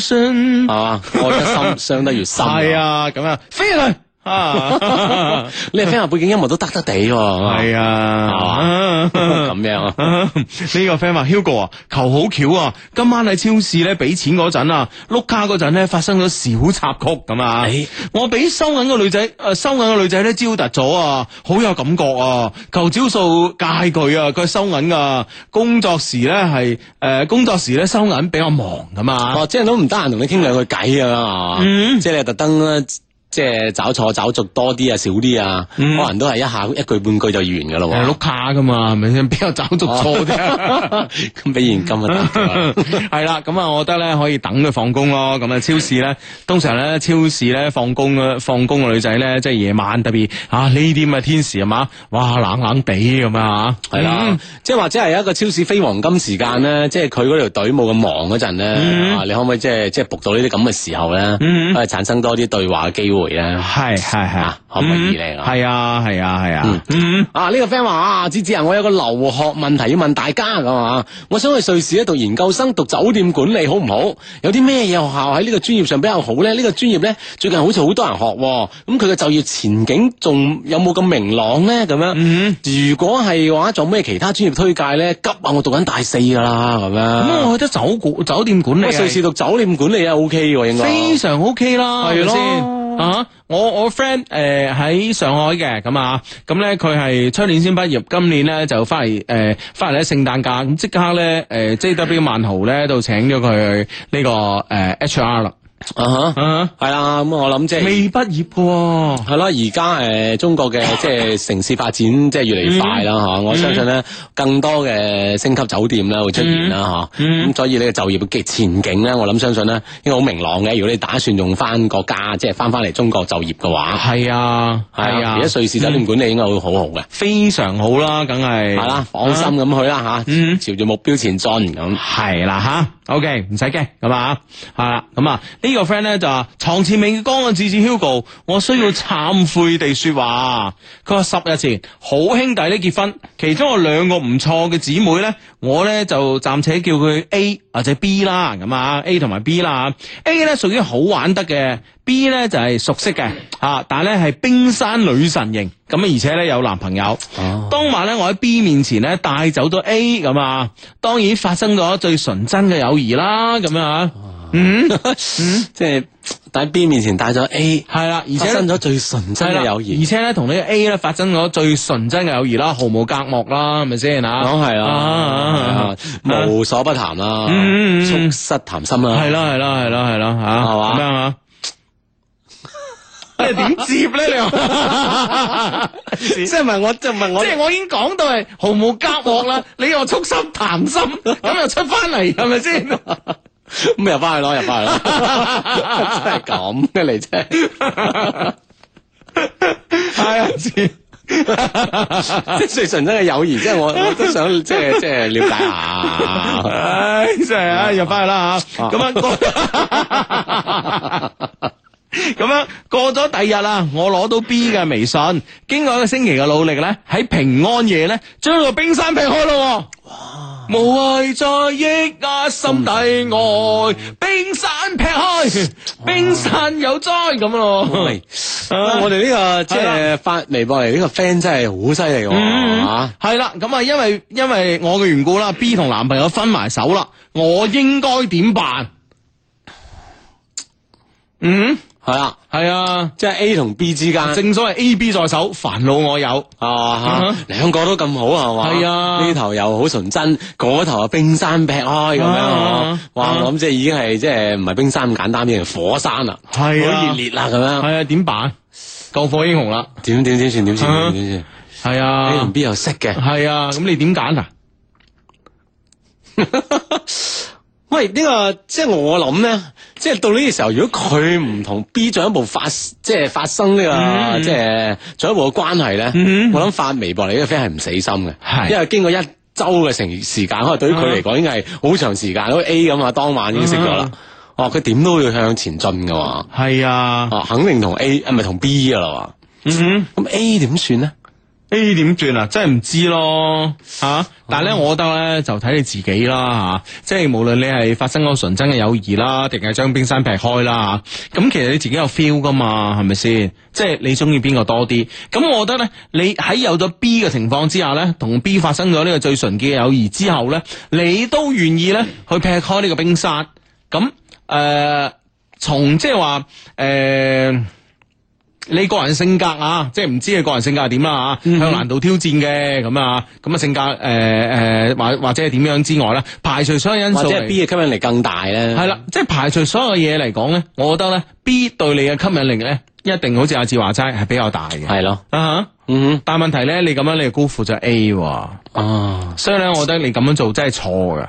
Speaker 1: 係。
Speaker 3: 深
Speaker 1: 嘛？愛 得深，傷得越深。
Speaker 3: 係，啊，咁啊，飛佢 啊！
Speaker 1: 你哋 friend 下背景音樂都得得地喎。係
Speaker 3: 係 啊，
Speaker 1: 咁樣啊。
Speaker 3: 呢個 friend 話 Hugo 啊，求好巧啊！今晚喺超市咧俾錢嗰陣啊，碌卡嗰陣咧發生咗小插曲咁啊
Speaker 1: 哎！
Speaker 3: 我俾收銀個女仔，誒收銀個女仔咧招突咗啊，好有感覺啊！求招數戒佢啊，佢係收銀啊，工作時咧係誒工作時咧收銀比較忙噶嘛。
Speaker 1: 哦，即係都唔得閒同你傾兩句偈咁啊，
Speaker 3: 嗯
Speaker 1: 即係你特登咧，即係找錯找續多啲啊，少啲啊，
Speaker 3: 嗯
Speaker 1: 可能都係一下一句半句就完噶
Speaker 3: 誒碌
Speaker 1: 咯
Speaker 3: 卡噶嘛，係咪先？比較找足錯啫。
Speaker 1: 喎， 咁俾現金啊 得㗎啦，
Speaker 3: 系啦，咁啊，我覺得咧可以等佢放工咯。咁啊，超市咧，通常咧超市咧放工嘅放工嘅女仔咧，即係夜晚特別啊呢啲咁嘅天時係嘛，哇冷冷地咁啊，
Speaker 1: 係啦，即係或者係一個超市非黃金時間咧，即係佢嗰條隊冇咁忙嗰陣咧，啊你可唔可以即係即係仆到呢啲咁嘅時候咧，
Speaker 3: 嗯
Speaker 1: 啊產生多啲對話嘅機會咧？
Speaker 3: 係，係係係
Speaker 1: 啊，可唔可以咧
Speaker 3: 嗯係啊係啊係啊，嗯
Speaker 1: 啊！呢、個 friend 話啊，芝芝啊，我有個留學問題要問大家咁啊，我想去瑞士咧讀研究生，讀酒店管理好唔好？有啲咩嘢學校喺呢個專業上比較好咧？呢、個專業咧最近好似好多人學喎，咁佢嘅就業前景仲有冇咁明朗咧？咁樣，
Speaker 3: 嗯
Speaker 1: 如果係嘅話，仲有咩其他專業推介咧？急啊！我讀緊大四㗎啦，咁
Speaker 3: 咁
Speaker 1: 樣。
Speaker 3: 我覺得酒管酒店管理
Speaker 1: 喂，
Speaker 3: 係
Speaker 1: 瑞士讀酒店管理啊，OK 喎，應該。
Speaker 3: 非常 OK 啦，
Speaker 1: 係
Speaker 3: 係咪
Speaker 1: 咯
Speaker 3: 先？啊！我我 friend 誒喺上海嘅咁啊，咁咧佢係出年先畢業，今年咧就翻嚟誒翻嚟咧聖誕假，咁即刻咧誒 JW 萬豪咧度請咗佢去呢個誒 HR 啦，
Speaker 1: 啊哈，
Speaker 3: 啊，
Speaker 1: 係啦，咁我諗即係。
Speaker 3: 未畢業嘅喎，
Speaker 1: 係啦，而家誒中國 嘅即係城市發展即係越嚟越快啦
Speaker 3: 嗯
Speaker 1: 嚇，我相信咧更多嘅星級酒店咧會出現
Speaker 3: 嗯
Speaker 1: 啦嚇，咁、所以你嘅就業嘅前景咧，我諗相信咧應該好明朗嘅。如果你打算用翻國家即係翻翻嚟中國就業嘅話，
Speaker 3: 係啊係啊，
Speaker 1: 而家瑞士酒店管理應該會好好嘅，
Speaker 3: 非常好啦，梗係
Speaker 1: 係啦，放心咁去啦嚇，
Speaker 3: 嗯
Speaker 1: 朝住目標前進咁。
Speaker 3: 系啦吓，OK 唔使驚咁啊，系啦咁啊呢、呢個 friend 咧就話床前明月光啊，自自 Hugo，我需要慚愧地說話。佢話十日前好兄弟咧結婚，其中有兩個唔錯嘅姊妹咧，我咧就暫且叫佢 A 或者 B 啦，咁啊 A 同埋 B 啦，A 咧屬於好玩得嘅。B 咧就係、熟悉嘅，啊，但係咧係冰山女神型，咁啊而且咧有男朋友。當晚咧，我喺 B 面前咧帶走咗 A 咁啊，當然發生咗最純真嘅友誼啦，咁樣啊，嗯，
Speaker 1: 即係但喺 B 面前帶咗 A，
Speaker 3: 係啦，而
Speaker 1: 發
Speaker 3: 且
Speaker 1: 生咗最純真
Speaker 3: 係啦
Speaker 1: 嘅友
Speaker 3: 而
Speaker 1: 誼。
Speaker 3: 且咧同呢個 A 咧發生咗最純真嘅友誼啦，毫無隔膜啦，係咪先啊？
Speaker 1: 講係啦
Speaker 3: 啊，
Speaker 1: 係啊無所不談啦，
Speaker 3: 嗯嗯
Speaker 1: 促
Speaker 3: 嗯
Speaker 1: 膝談心啦，
Speaker 3: 係啦係啦係啦係啦吓，
Speaker 1: 係啊嘛
Speaker 3: 咁樣啊？你點接咧？你話
Speaker 1: 即係問我，即係問 我
Speaker 3: 即系我已經講到係毫無隔膜啦，你又促膝談心，咁又出翻嚟，係咪先？
Speaker 1: 咁入翻去咯，入翻去 咯，真係咁嘅嚟啫，
Speaker 3: 係啊，知
Speaker 1: 即係最純真嘅友誼，即 係我我都想即係即係了解下。
Speaker 3: 唉，真係啊，入翻去啦吓，咁樣過咁樣過咗第二日啦，我攞到 B 嘅微信，經過一個星期嘅努力咧，喺平安夜咧，將個冰山劈開咯喎。無謂再抑壓心底愛，冰山劈開，冰山有災咁咯。
Speaker 1: 喂，
Speaker 3: Ờ.
Speaker 1: 我哋呢個即
Speaker 3: 嗯係
Speaker 1: 係發微博嚟呢個 friend 真係好犀利
Speaker 3: Ừ.
Speaker 1: 喎，
Speaker 3: 嗯
Speaker 1: 嚇，
Speaker 3: 系啦，咁啊，因為因为我嘅緣故啦，B 同男朋友分埋手啦，我應該點辦？嗯，
Speaker 1: 係啦，
Speaker 3: 係啊，
Speaker 1: 即係 A 同 B 之間。
Speaker 3: 正所謂 A、B 在手，煩惱我有。
Speaker 1: 啊
Speaker 3: 嗯
Speaker 1: 嚇，兩個都咁好係嘛？
Speaker 3: 係啊
Speaker 1: 呢頭又好純真，嗰頭啊冰山劈開咁樣
Speaker 3: 啊
Speaker 1: 啊哇！
Speaker 3: 啊
Speaker 1: 我諗即係已經係即係唔係冰山咁簡單，變成火山啦，
Speaker 3: 係
Speaker 1: 好
Speaker 3: 啊
Speaker 1: 熱烈啦咁樣。
Speaker 3: 係啊，點辦？救火英雄啦，
Speaker 1: 點點點算點算點點算
Speaker 3: 係
Speaker 1: ？A
Speaker 3: 嗯啊
Speaker 1: 同，B 又識嘅。
Speaker 3: 係啊，咁你點揀啊？
Speaker 1: 喂，呢個即係我諗咧，即係到呢個時候，如果佢唔同 B 進一步發，即係發生呢個即係進一步嘅關係咧，我諗發微博嚟呢個 friend 係唔死心
Speaker 3: 係
Speaker 1: 嘅，因為經過一周嘅成時間，可能對於佢嚟講已經係好長時間，好似 A 咁啊，當晚已經識咗啦。哦，佢點都要向前進嘅喎，哦，
Speaker 3: 係啊，
Speaker 1: 肯定同 A 啊唔係同 B 嘅啦
Speaker 3: 嗯
Speaker 1: 喎，咁 A 點算咧？
Speaker 3: A 點算啊？真係唔知咯吓、但係咧，我覺得咧就睇你自己啦吓、即係無論你係發生嗰個純真嘅友誼啦，定係將冰山劈開啦吓，咁、其實你自己有 feel 噶嘛，係咪先？即係你中意邊個多啲？咁我覺得咧，你喺有咗 B 嘅情況之下咧，同 B 發生咗呢個最純潔嘅友誼之後咧，你都願意咧去劈開呢個冰山，咁誒、呃，從即係話誒。呃你個人性格啊，即係唔知你個人性格係點啦
Speaker 1: 嗯
Speaker 3: 吓，向難度挑戰嘅咁啊，咁啊性格誒誒、呃或或者係點樣之外啦，排除所有因
Speaker 1: 或
Speaker 3: 素
Speaker 1: 者
Speaker 3: 嚟
Speaker 1: 係 B 嘅吸引力更大咧？
Speaker 3: 係啦，即係排除所有嘢嚟講咧，我覺得咧 B 對你嘅吸引力咧，一定好似阿志話齋係比較大嘅。
Speaker 1: 係咯，
Speaker 3: 啊哈
Speaker 1: 嗯
Speaker 3: 但係問題咧，你咁樣你就高負咗 A 喎。
Speaker 1: 哼，啊，
Speaker 3: 所以咧，我覺得你咁樣做真係錯嘅，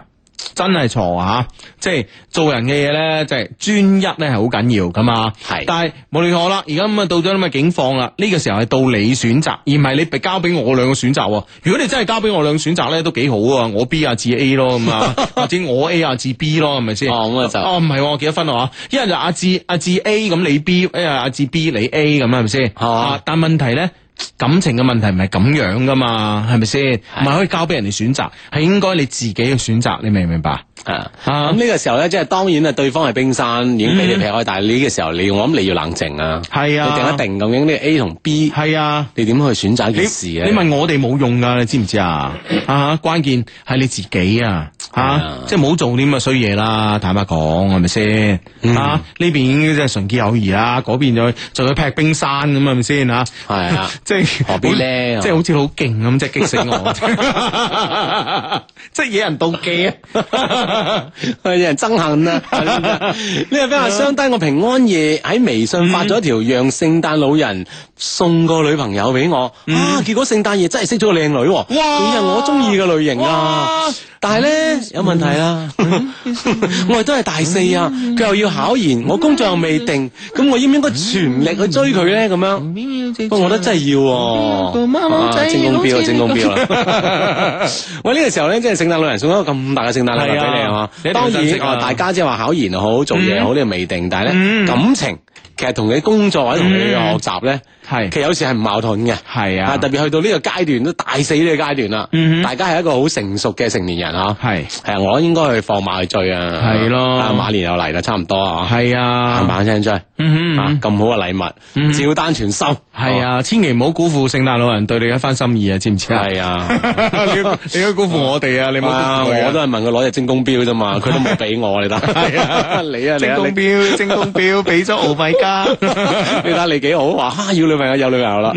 Speaker 3: 真係錯啊！即係做人嘅嘢咧，即係專一咧係好緊要噶嘛。
Speaker 1: 係
Speaker 3: 但係無論如何啦，而家咁啊到咗咁嘅境況啦，呢、個時候係到你選擇，而唔係你俾交俾我兩個選擇喎。如果你真係交俾我兩個選擇咧，都幾好啊！我 B 啊至 A 咯 咁啊，或者我 A 啊至 B 咯，係咪先？
Speaker 1: 哦咁啊就
Speaker 3: 哦唔係喎，我結咗婚啦嚇，一係就阿志阿志 A 咁你 B，一係阿志 B 你 A 咁係咪先？
Speaker 1: 係嘛
Speaker 3: 啊但問題咧，感情嘅問題唔係咁樣噶嘛，係咪先？唔係可以交俾人哋選擇，係應該你自己嘅選擇，你明唔明白？
Speaker 1: 啊。
Speaker 3: 啊
Speaker 1: 咁呢個時候咧，即係當然啊，對方係冰山已經俾你劈開，但係呢個時候你，我諗你要冷靜啊，
Speaker 3: 係啊
Speaker 1: 你定一定究竟呢個 A 同 B，
Speaker 3: 係啊。
Speaker 1: 你點去選擇一
Speaker 3: 你
Speaker 1: 件事啊咧？
Speaker 3: 你問我哋冇用噶，你知唔知啊？啊，關鍵係你自己啊！
Speaker 1: 啊
Speaker 3: 啊，即係冇做啲咁嘅衰嘢啦，坦白講係咪先？啊，呢邊已經即係純潔友誼啦，嗰邊就就去劈冰山咁係咪先啊？
Speaker 1: 係啊
Speaker 3: 即係
Speaker 1: 何必哦咧
Speaker 3: 即係好似好勁咁，即係激死 我， 即係惹人妒忌啊！
Speaker 1: 有人憎恨啊！呢個 friend 話相低我平安夜喺微信發咗一條讓聖誕老人送個女朋友俾我，啊！結果聖誕夜真係識咗個靚女喎，
Speaker 3: 哇
Speaker 1: 佢係我中意嘅類型啊！但係咧有問題啦， 我哋都係大四啊，佢又要考研，我工作又未定，咁我應唔應該全力去追佢咧？咁樣，不過我覺得真係要
Speaker 3: 嗯
Speaker 1: 喎，啊正公標啊，正公 標啊！喂，呢個時候咧，即係聖誕老人送一個咁大嘅聖誕禮物
Speaker 3: 係啊
Speaker 1: 俾你啊
Speaker 3: 你一定要
Speaker 1: 當
Speaker 3: 珍惜
Speaker 1: 然，
Speaker 3: 啊
Speaker 1: 哦大家即係話考研又好，做嘢又好，呢個未定，但係咧
Speaker 3: 嗯
Speaker 1: 感情其實同你工作或者同你嘅
Speaker 3: 嗯
Speaker 1: 學習咧，
Speaker 3: 係
Speaker 1: 其實有時係唔矛盾嘅。
Speaker 3: 係
Speaker 1: 啊，
Speaker 3: 啊，
Speaker 1: 特別去到呢個階段都大四呢個階段啦，
Speaker 3: 嗯哼
Speaker 1: 大家係一個好成熟嘅成年人吓，
Speaker 3: 係
Speaker 1: 係啊，我應該去放馬去追啊，
Speaker 3: 係咯
Speaker 1: 啊馬年又嚟啦，差唔多啊，
Speaker 3: 係
Speaker 1: 棒
Speaker 3: 啊，
Speaker 1: 棒聲追，啊
Speaker 3: 嗯哼。
Speaker 1: 咁好嘅禮物，
Speaker 3: 嗯
Speaker 1: 照單全收，
Speaker 3: 系啊，千祈唔好辜負聖誕老人對你一番心意啊，知唔知啊？
Speaker 1: 係啊，
Speaker 3: 你要你要辜負我哋啊，你冇
Speaker 1: 哇
Speaker 3: 辜負
Speaker 1: 我
Speaker 3: 我
Speaker 1: 都
Speaker 3: 都
Speaker 1: 係問佢攞隻精工 錶啫嘛，佢都冇俾我，你得，係啊， 你啊你啊你。
Speaker 3: 表，精工表俾咗奧米 加，
Speaker 1: 你睇下你幾好，話哈要女朋友有女朋友啦，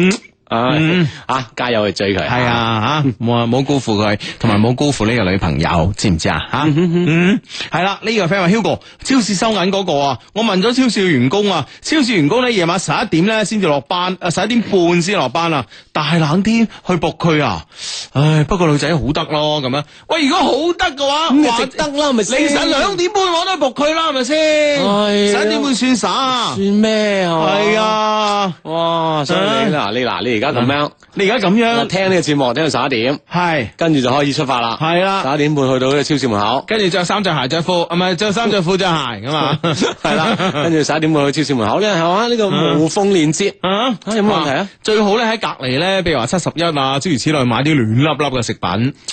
Speaker 1: 啊
Speaker 3: 嗯
Speaker 1: 啊加油去追佢，
Speaker 3: 係啊吓，冇啊冇辜負佢，同埋冇辜負呢個女朋友，知唔知啊吓？嗯，係啦，呢個 friend 話 Hugo 超市收銀嗰個啊，我問咗超市員工啊，超市員工咧夜晚十一點咧先至落班，啊十一點半先落班啊，大冷天去仆佢啊，唉，不過女仔好得咯咁樣，喂，如果好得嘅話，
Speaker 1: 咁就
Speaker 3: 或
Speaker 1: 值得啦，係咪先
Speaker 3: 凌晨兩點半我都去仆佢啦，係咪先？
Speaker 1: 係啊
Speaker 3: 十一點半算耍啊
Speaker 1: 算，咩啊？
Speaker 3: 係，啊！
Speaker 1: 哇！嗯所以你嗱，你嗱，你而家咁樣。
Speaker 3: 你而家咁
Speaker 1: 我
Speaker 3: 樣
Speaker 1: 聽呢個節目聽到十一點，
Speaker 3: 係
Speaker 1: 跟住就開始出發啦。
Speaker 3: 係啦，
Speaker 1: 十一點半去到呢個超市門口
Speaker 3: 跟住着衫着鞋着 褲，唔係着衫着褲着鞋啊噶嘛，
Speaker 1: 係 啦，跟住十一點半去超市門口咧，係嘛？呢個無縫連接，
Speaker 3: 啊
Speaker 1: 啊有冇問題啊？
Speaker 3: 最好咧喺隔離咧，譬如話七十一啊，諸如此類，買啲暖粒粒嘅食品，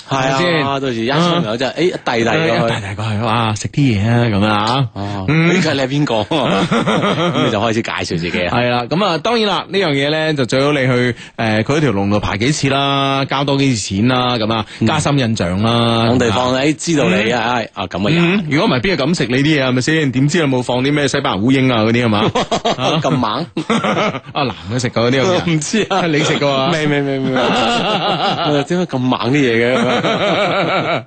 Speaker 1: 係
Speaker 3: 咪哎
Speaker 1: 啊，到時一出門口就誒一遞遞過
Speaker 3: 大
Speaker 1: 去。
Speaker 3: 大過去，哇！食啲嘢啊，咁啊，
Speaker 1: 哦，
Speaker 3: 嗯
Speaker 1: 呢個你係邊個？ 咁你就開始介紹自己啊。
Speaker 3: 係啦，咁啊，當然啦，呢樣嘢咧就最好你去誒佢嗰條龍度排幾次啦，交多幾次錢啦，咁啊，加深印象啦，
Speaker 1: 嗯講
Speaker 3: 咁
Speaker 1: 地
Speaker 3: 啊
Speaker 1: 方誒，知道你啊哎啊咁嘅人
Speaker 3: 嗯，如果唔係邊個敢食你啲嘢啊係咪先？點知有冇放啲咩西班牙烏蠅啊嗰啲 係嘛？ 嗯
Speaker 1: 咁猛，
Speaker 3: 啊男嘅食過嗰啲有冇人
Speaker 1: 唔知啊，
Speaker 3: 啊，你食過啊？
Speaker 1: 未未未 未，我點解咁猛啲嘢嘅？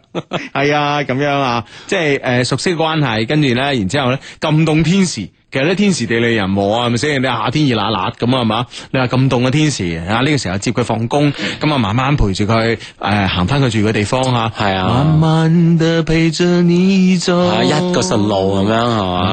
Speaker 3: 係啊，咁樣啊，即係誒熟悉嘅關係，跟住咧，然之後咧，咁凍天時，其實咧天時地利人和啊，係咪先？你話夏天熱辣辣咁啊，係嘛？你話咁凍嘅天時啊，呢、個時候接佢放工，咁啊慢慢陪住佢誒行翻佢住嘅地方嚇，
Speaker 1: 係啊
Speaker 3: 慢慢地陪着你走，
Speaker 1: 啊，一個順路咁樣係嘛，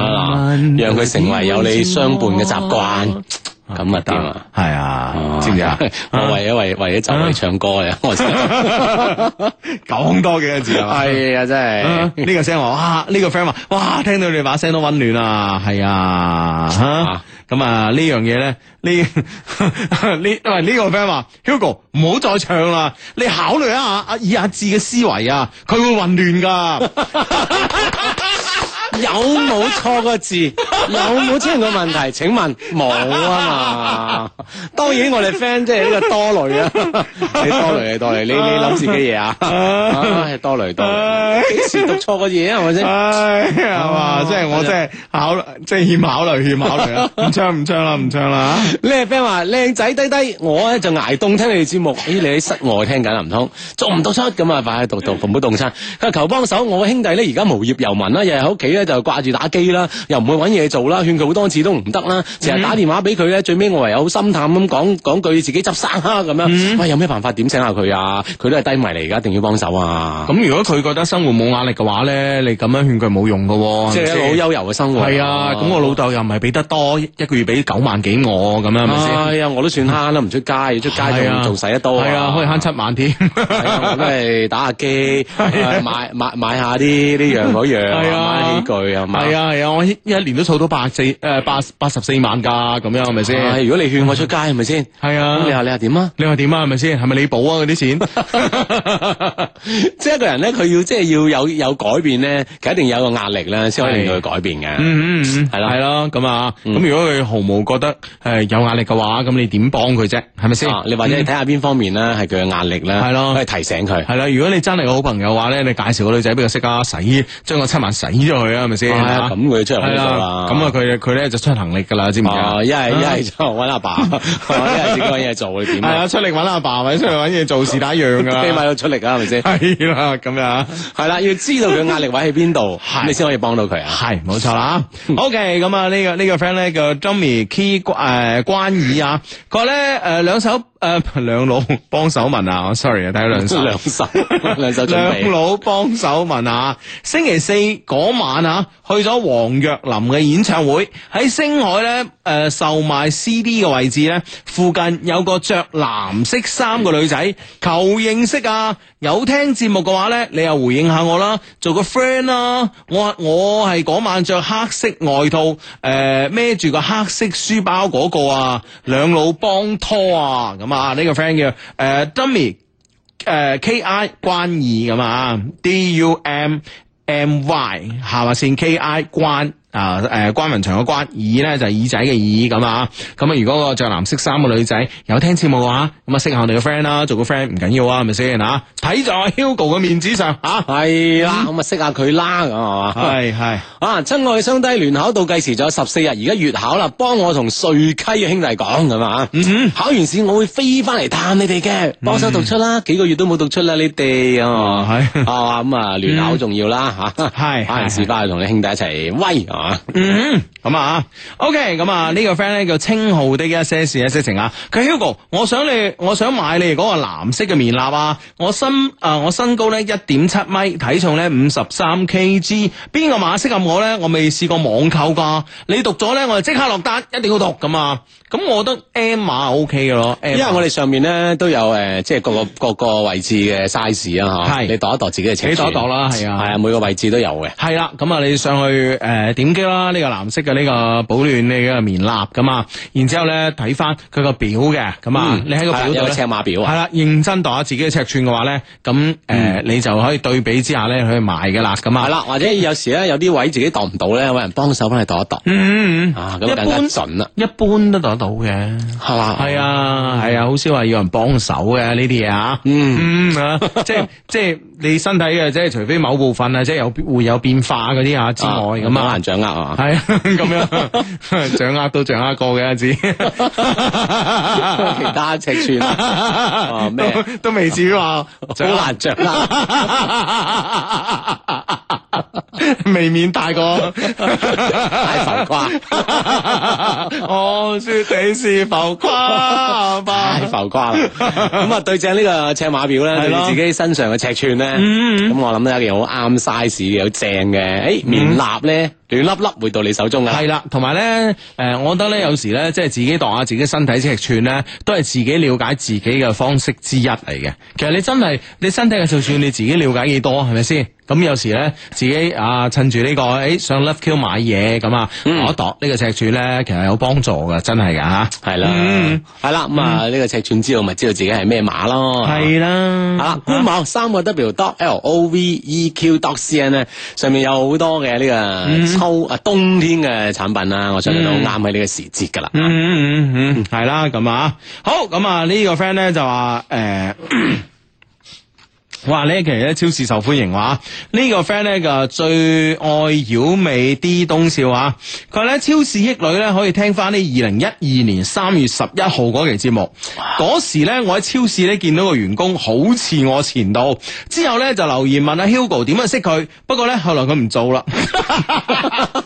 Speaker 1: 嗱，讓佢成為有你相伴嘅習慣，咁啊掂啦。
Speaker 3: 係啊，知唔知啊？
Speaker 1: 我為咗為為咗就嚟唱歌嘅，我真 係
Speaker 3: 講多幾個字啊！
Speaker 1: 係啊，真
Speaker 3: 啊呢個聲話哇，呢個 friend 話哇，聽到你把聲都温暖啊，係啊，
Speaker 1: 啊
Speaker 3: 吓咁啊呢樣嘢咧，呢 呢喂呢個 friend 話 Hugo 唔好再唱啦，你考慮一下阿以阿志嘅思維啊，佢會混亂 噶，
Speaker 1: 有冇錯個 字？有冇出現個問題？請問冇啊嘛？當然我哋 friend 即係呢個多慮啊， 你多慮你多慮，你你諗自己嘢啊，唉多慮多慮，
Speaker 3: 哎
Speaker 1: 幾時讀錯個嘢啊？係咪先？
Speaker 3: 唉係嘛，即啊係我真係考慮，即係欠考慮，欠考慮 啊，唔唱唔唱啦，唔唱啦。
Speaker 1: 呢個 friend 話靚仔低低，我咧就挨凍聽你哋節目。咦，你喺室外聽緊啊唔通做唔到出咁啊？快去讀讀，唔好凍親。佢話啊求幫手，我個兄弟咧而家無業遊民啦，日日喺屋企咧就掛住打機啦，又唔去揾嘢做啦，勸佢好多次都唔得
Speaker 3: 嗯
Speaker 1: 啦，成日打電話俾佢咧，最尾我唯有好心淡咁講講句自己執生啦咁樣。喂，有咩辦法點醒下佢啊？佢都係低迷嚟，而家一定要幫手啊！
Speaker 3: 咁如果佢覺得生活冇壓力嘅話咧，你咁樣勸佢冇用噶喎，
Speaker 1: 即係
Speaker 3: 係咪
Speaker 1: 一
Speaker 3: 先
Speaker 1: 個好悠游嘅生活。
Speaker 3: 係啊，咁我老豆又唔係俾得多，一個月俾九萬幾我咁樣，係咪先？
Speaker 1: 哎呀，我都算慳啦，唔出街，要出街
Speaker 3: 係啊
Speaker 1: 仲仲使得多
Speaker 3: 啊係啊，可以慳七萬添。
Speaker 1: 係啊我都係打下機，誒買買買下啲呢樣嗰樣，
Speaker 3: 係啊
Speaker 1: 買器具啊，
Speaker 3: 係
Speaker 1: 啊。
Speaker 3: 啊係啊，我一一年都儲到八四誒八八十四萬㗎，咁樣係咪
Speaker 1: 唉
Speaker 3: 先？
Speaker 1: 如果你勸我出街係咪先？
Speaker 3: 係
Speaker 1: 咁你
Speaker 3: 啊。
Speaker 1: 話你話 點啊？
Speaker 3: 你話點啊？係咪先？係咪你補啊？嗰啲錢
Speaker 1: 即係一個人咧，佢要即係要有有改變咧，其實一定有個壓力咧，先可以令到佢改變嘅。
Speaker 3: 嗯，嗯嗯，
Speaker 1: 係啦
Speaker 3: 係啦，咁啊，咁如果佢毫無覺得誒有壓力嘅話，咁你點幫佢啫？係咪先
Speaker 1: 啊？你或者你睇下邊方面咧，係佢嘅壓力咧，
Speaker 3: 係咯
Speaker 1: 可以提醒佢。
Speaker 3: 係啦，如果你真係個好朋友嘅話咧，你介紹個女仔俾佢識啊，洗將個七萬洗咗佢啊，係咪先？
Speaker 1: 係啊，咁佢出嚟好
Speaker 3: 係
Speaker 1: 做
Speaker 3: 啦
Speaker 1: 啦。，
Speaker 3: 咁啊，佢佢咧就出行力㗎啦，知唔知啊
Speaker 1: 哦，？一係一係就揾 阿爸，一係自己揾嘢做，你點
Speaker 3: 係啊，
Speaker 1: 啊？
Speaker 3: 出力揾阿爸或者出嚟揾嘢做是但一樣 噶
Speaker 1: 起碼
Speaker 3: 啦。
Speaker 1: 要出力啊，係咪先？
Speaker 3: 係啦，咁樣
Speaker 1: 係啦，要知道佢壓力位喺邊度，你先可以幫到佢啊。
Speaker 3: 係冇錯啦。OK，咁啊呢個呢個 friend 咧叫 Jimmy Key 誒關爾啊，佢話咧誒兩首诶兩老幫手問啊，sorry 啊，睇咗兩首。
Speaker 1: 两 手两手准备
Speaker 3: 兩。老幫手問下，星期四嗰晚啊，去咗黃若琳嘅演唱會，喺星海咧诶、呃售賣 CD 嘅位置咧，附近有個着藍色衫嘅女仔，求認識啊！有聽節目嘅話咧，你又回應下我啦，做個 friend 啦。我我係嗰晚着黑色外套，诶孭住個黑色書包嗰個啊，兩老幫拖啊，咁啊呢、個 friend 叫诶 Dummy。诶、K 呃 I 關二咁啊，D U M M Y 下劃線 K I 關啊誒、關文祥嘅關耳咧就係耳仔嘅耳咁啊，咁啊如果個着藍色衫嘅女仔有聽節目嘅話，咁啊識下我哋嘅 friend 啦，做個 friend 唔緊要啊，係咪先啊？睇在 Hugo 嘅面子上嚇，
Speaker 1: 系啦，咁啊識下佢啦，咁係嘛？
Speaker 3: 係係
Speaker 1: 啊，親愛相低聯考到計時仲有十四日，而家月考啦，幫我同瑞溪嘅兄弟講咁啊！考完試我會飛翻嚟探你哋嘅，幫手讀出啦，幾個月都冇讀出啦，你哋啊，
Speaker 3: 係
Speaker 1: 係嘛？咁啊，聯考重要啦吓，
Speaker 3: 係
Speaker 1: 考完試翻去同你兄弟一哦齊威係嘛？
Speaker 3: 嗯，咁啊，OK，咁啊呢個 friend 咧叫稱號的一些事一些情啊，佢 Hugo，我想你，我想買你哋嗰個藍色嘅棉衲啊，我身啊、我身高咧一點七米，體重咧五十三 kg，邊個碼適合我咧？我未試過網購噶，你讀咗咧，我就即刻落單，一定要讀咁啊，咁我覺得 M 碼 OK 嘅咯，M
Speaker 1: 因
Speaker 3: 碼，
Speaker 1: 為我哋上面咧都有诶，即係各個
Speaker 3: 嗯
Speaker 1: 各個位置嘅 size 啊，吓，
Speaker 3: 係
Speaker 1: 你度一度自己嘅尺寸，
Speaker 3: 你度一度啦係啊
Speaker 1: 係啊，每個位置都有嘅。
Speaker 3: 系啦，咁啊，你上去誒、呃、點擊啦，呢、個藍色嘅呢、個保暖呢個棉衲咁啊，然之後咧睇翻佢個表嘅，咁啊，
Speaker 1: 嗯
Speaker 3: 你喺
Speaker 1: 係
Speaker 3: 個
Speaker 1: 啦
Speaker 3: 表
Speaker 1: 有
Speaker 3: 度
Speaker 1: 個
Speaker 3: 咧
Speaker 1: 尺碼表啊嗯
Speaker 3: 係啦，認真度下自己嘅尺寸嘅話咧，咁誒、呃你就可以對比之下咧去買嘅啦，咁啊，
Speaker 1: 係啦，或者有時咧有啲位自己度唔到咧，搵人幫手幫你度一度。
Speaker 3: 嗯，嗯，嗯
Speaker 1: 啊，咁更加準啦，
Speaker 3: 一般都度得到嘅，
Speaker 1: 係嘛？
Speaker 3: 係啊，係啊，好少話要人幫手嘅呢啲嘢啊。
Speaker 1: 嗯，
Speaker 3: 嗯 啊，即系即系你身體嘅，即係除非某部分啊，即係有會有變化嗰啲啊之外咁
Speaker 1: 好
Speaker 3: 啊
Speaker 1: 難，掌握啊。
Speaker 3: 系咁樣掌握都掌握過嘅，知
Speaker 1: 其
Speaker 3: 其
Speaker 1: 他尺寸啊哦咩
Speaker 3: 都都未至於話
Speaker 1: 好難啊掌握，
Speaker 3: 難，未免太過
Speaker 1: 太浮誇，
Speaker 3: 我说你是浮誇吧
Speaker 1: 哦太？浮誇 啦。咁啊，對正呢個尺碼表咧，
Speaker 3: 係
Speaker 1: 對
Speaker 3: 咯
Speaker 1: 自己身上嘅尺寸咧，
Speaker 3: 嗯
Speaker 1: 咁我諗有一件好啱 size 嘅，好正嘅。誒，棉衲咧，暖粒粒會到你手中噶。
Speaker 3: 係啦，同埋咧，诶、我覺得咧，有時咧，即係自己度下自己身體尺寸咧，都係自己了解自己嘅方式之一嚟嘅。其實你真係你身體嘅尺寸，你自己了解幾多，係咪先？咁有時咧，自己啊趁住呢、個，诶、上 Love Q 買嘢咁啊，度一度呢個尺寸咧，其實有幫助嘅，真係㗎嗯吓。
Speaker 1: 係啦，係啦，咁啊，呢個尺寸知道咪知道自己係咩碼咯。
Speaker 3: 係
Speaker 1: 啊
Speaker 3: 啦，
Speaker 1: 啦，官網三個 W dot L O V E Q dot C N 咧，上面有好多嘅
Speaker 3: 嗯
Speaker 1: 呢個秋啊冬天嘅產品啦，我相信都好啱喺呢個時節噶啦。
Speaker 3: 嗯嗯嗯嗯，係啦，咁啊，好，咁啊呢個 friend 咧就話诶。誒哇！呢一期咧超市受歡迎哇！呢、個 friend 咧嘅最愛妖味啲東笑啊！佢話咧超市益女咧可以聽翻呢二零一二年三月十一號嗰期節目。嗰時咧我喺超市咧見到個員工好似我前度，之後咧就留言問阿 Hugo 點樣識佢，不過咧後來佢唔做啦，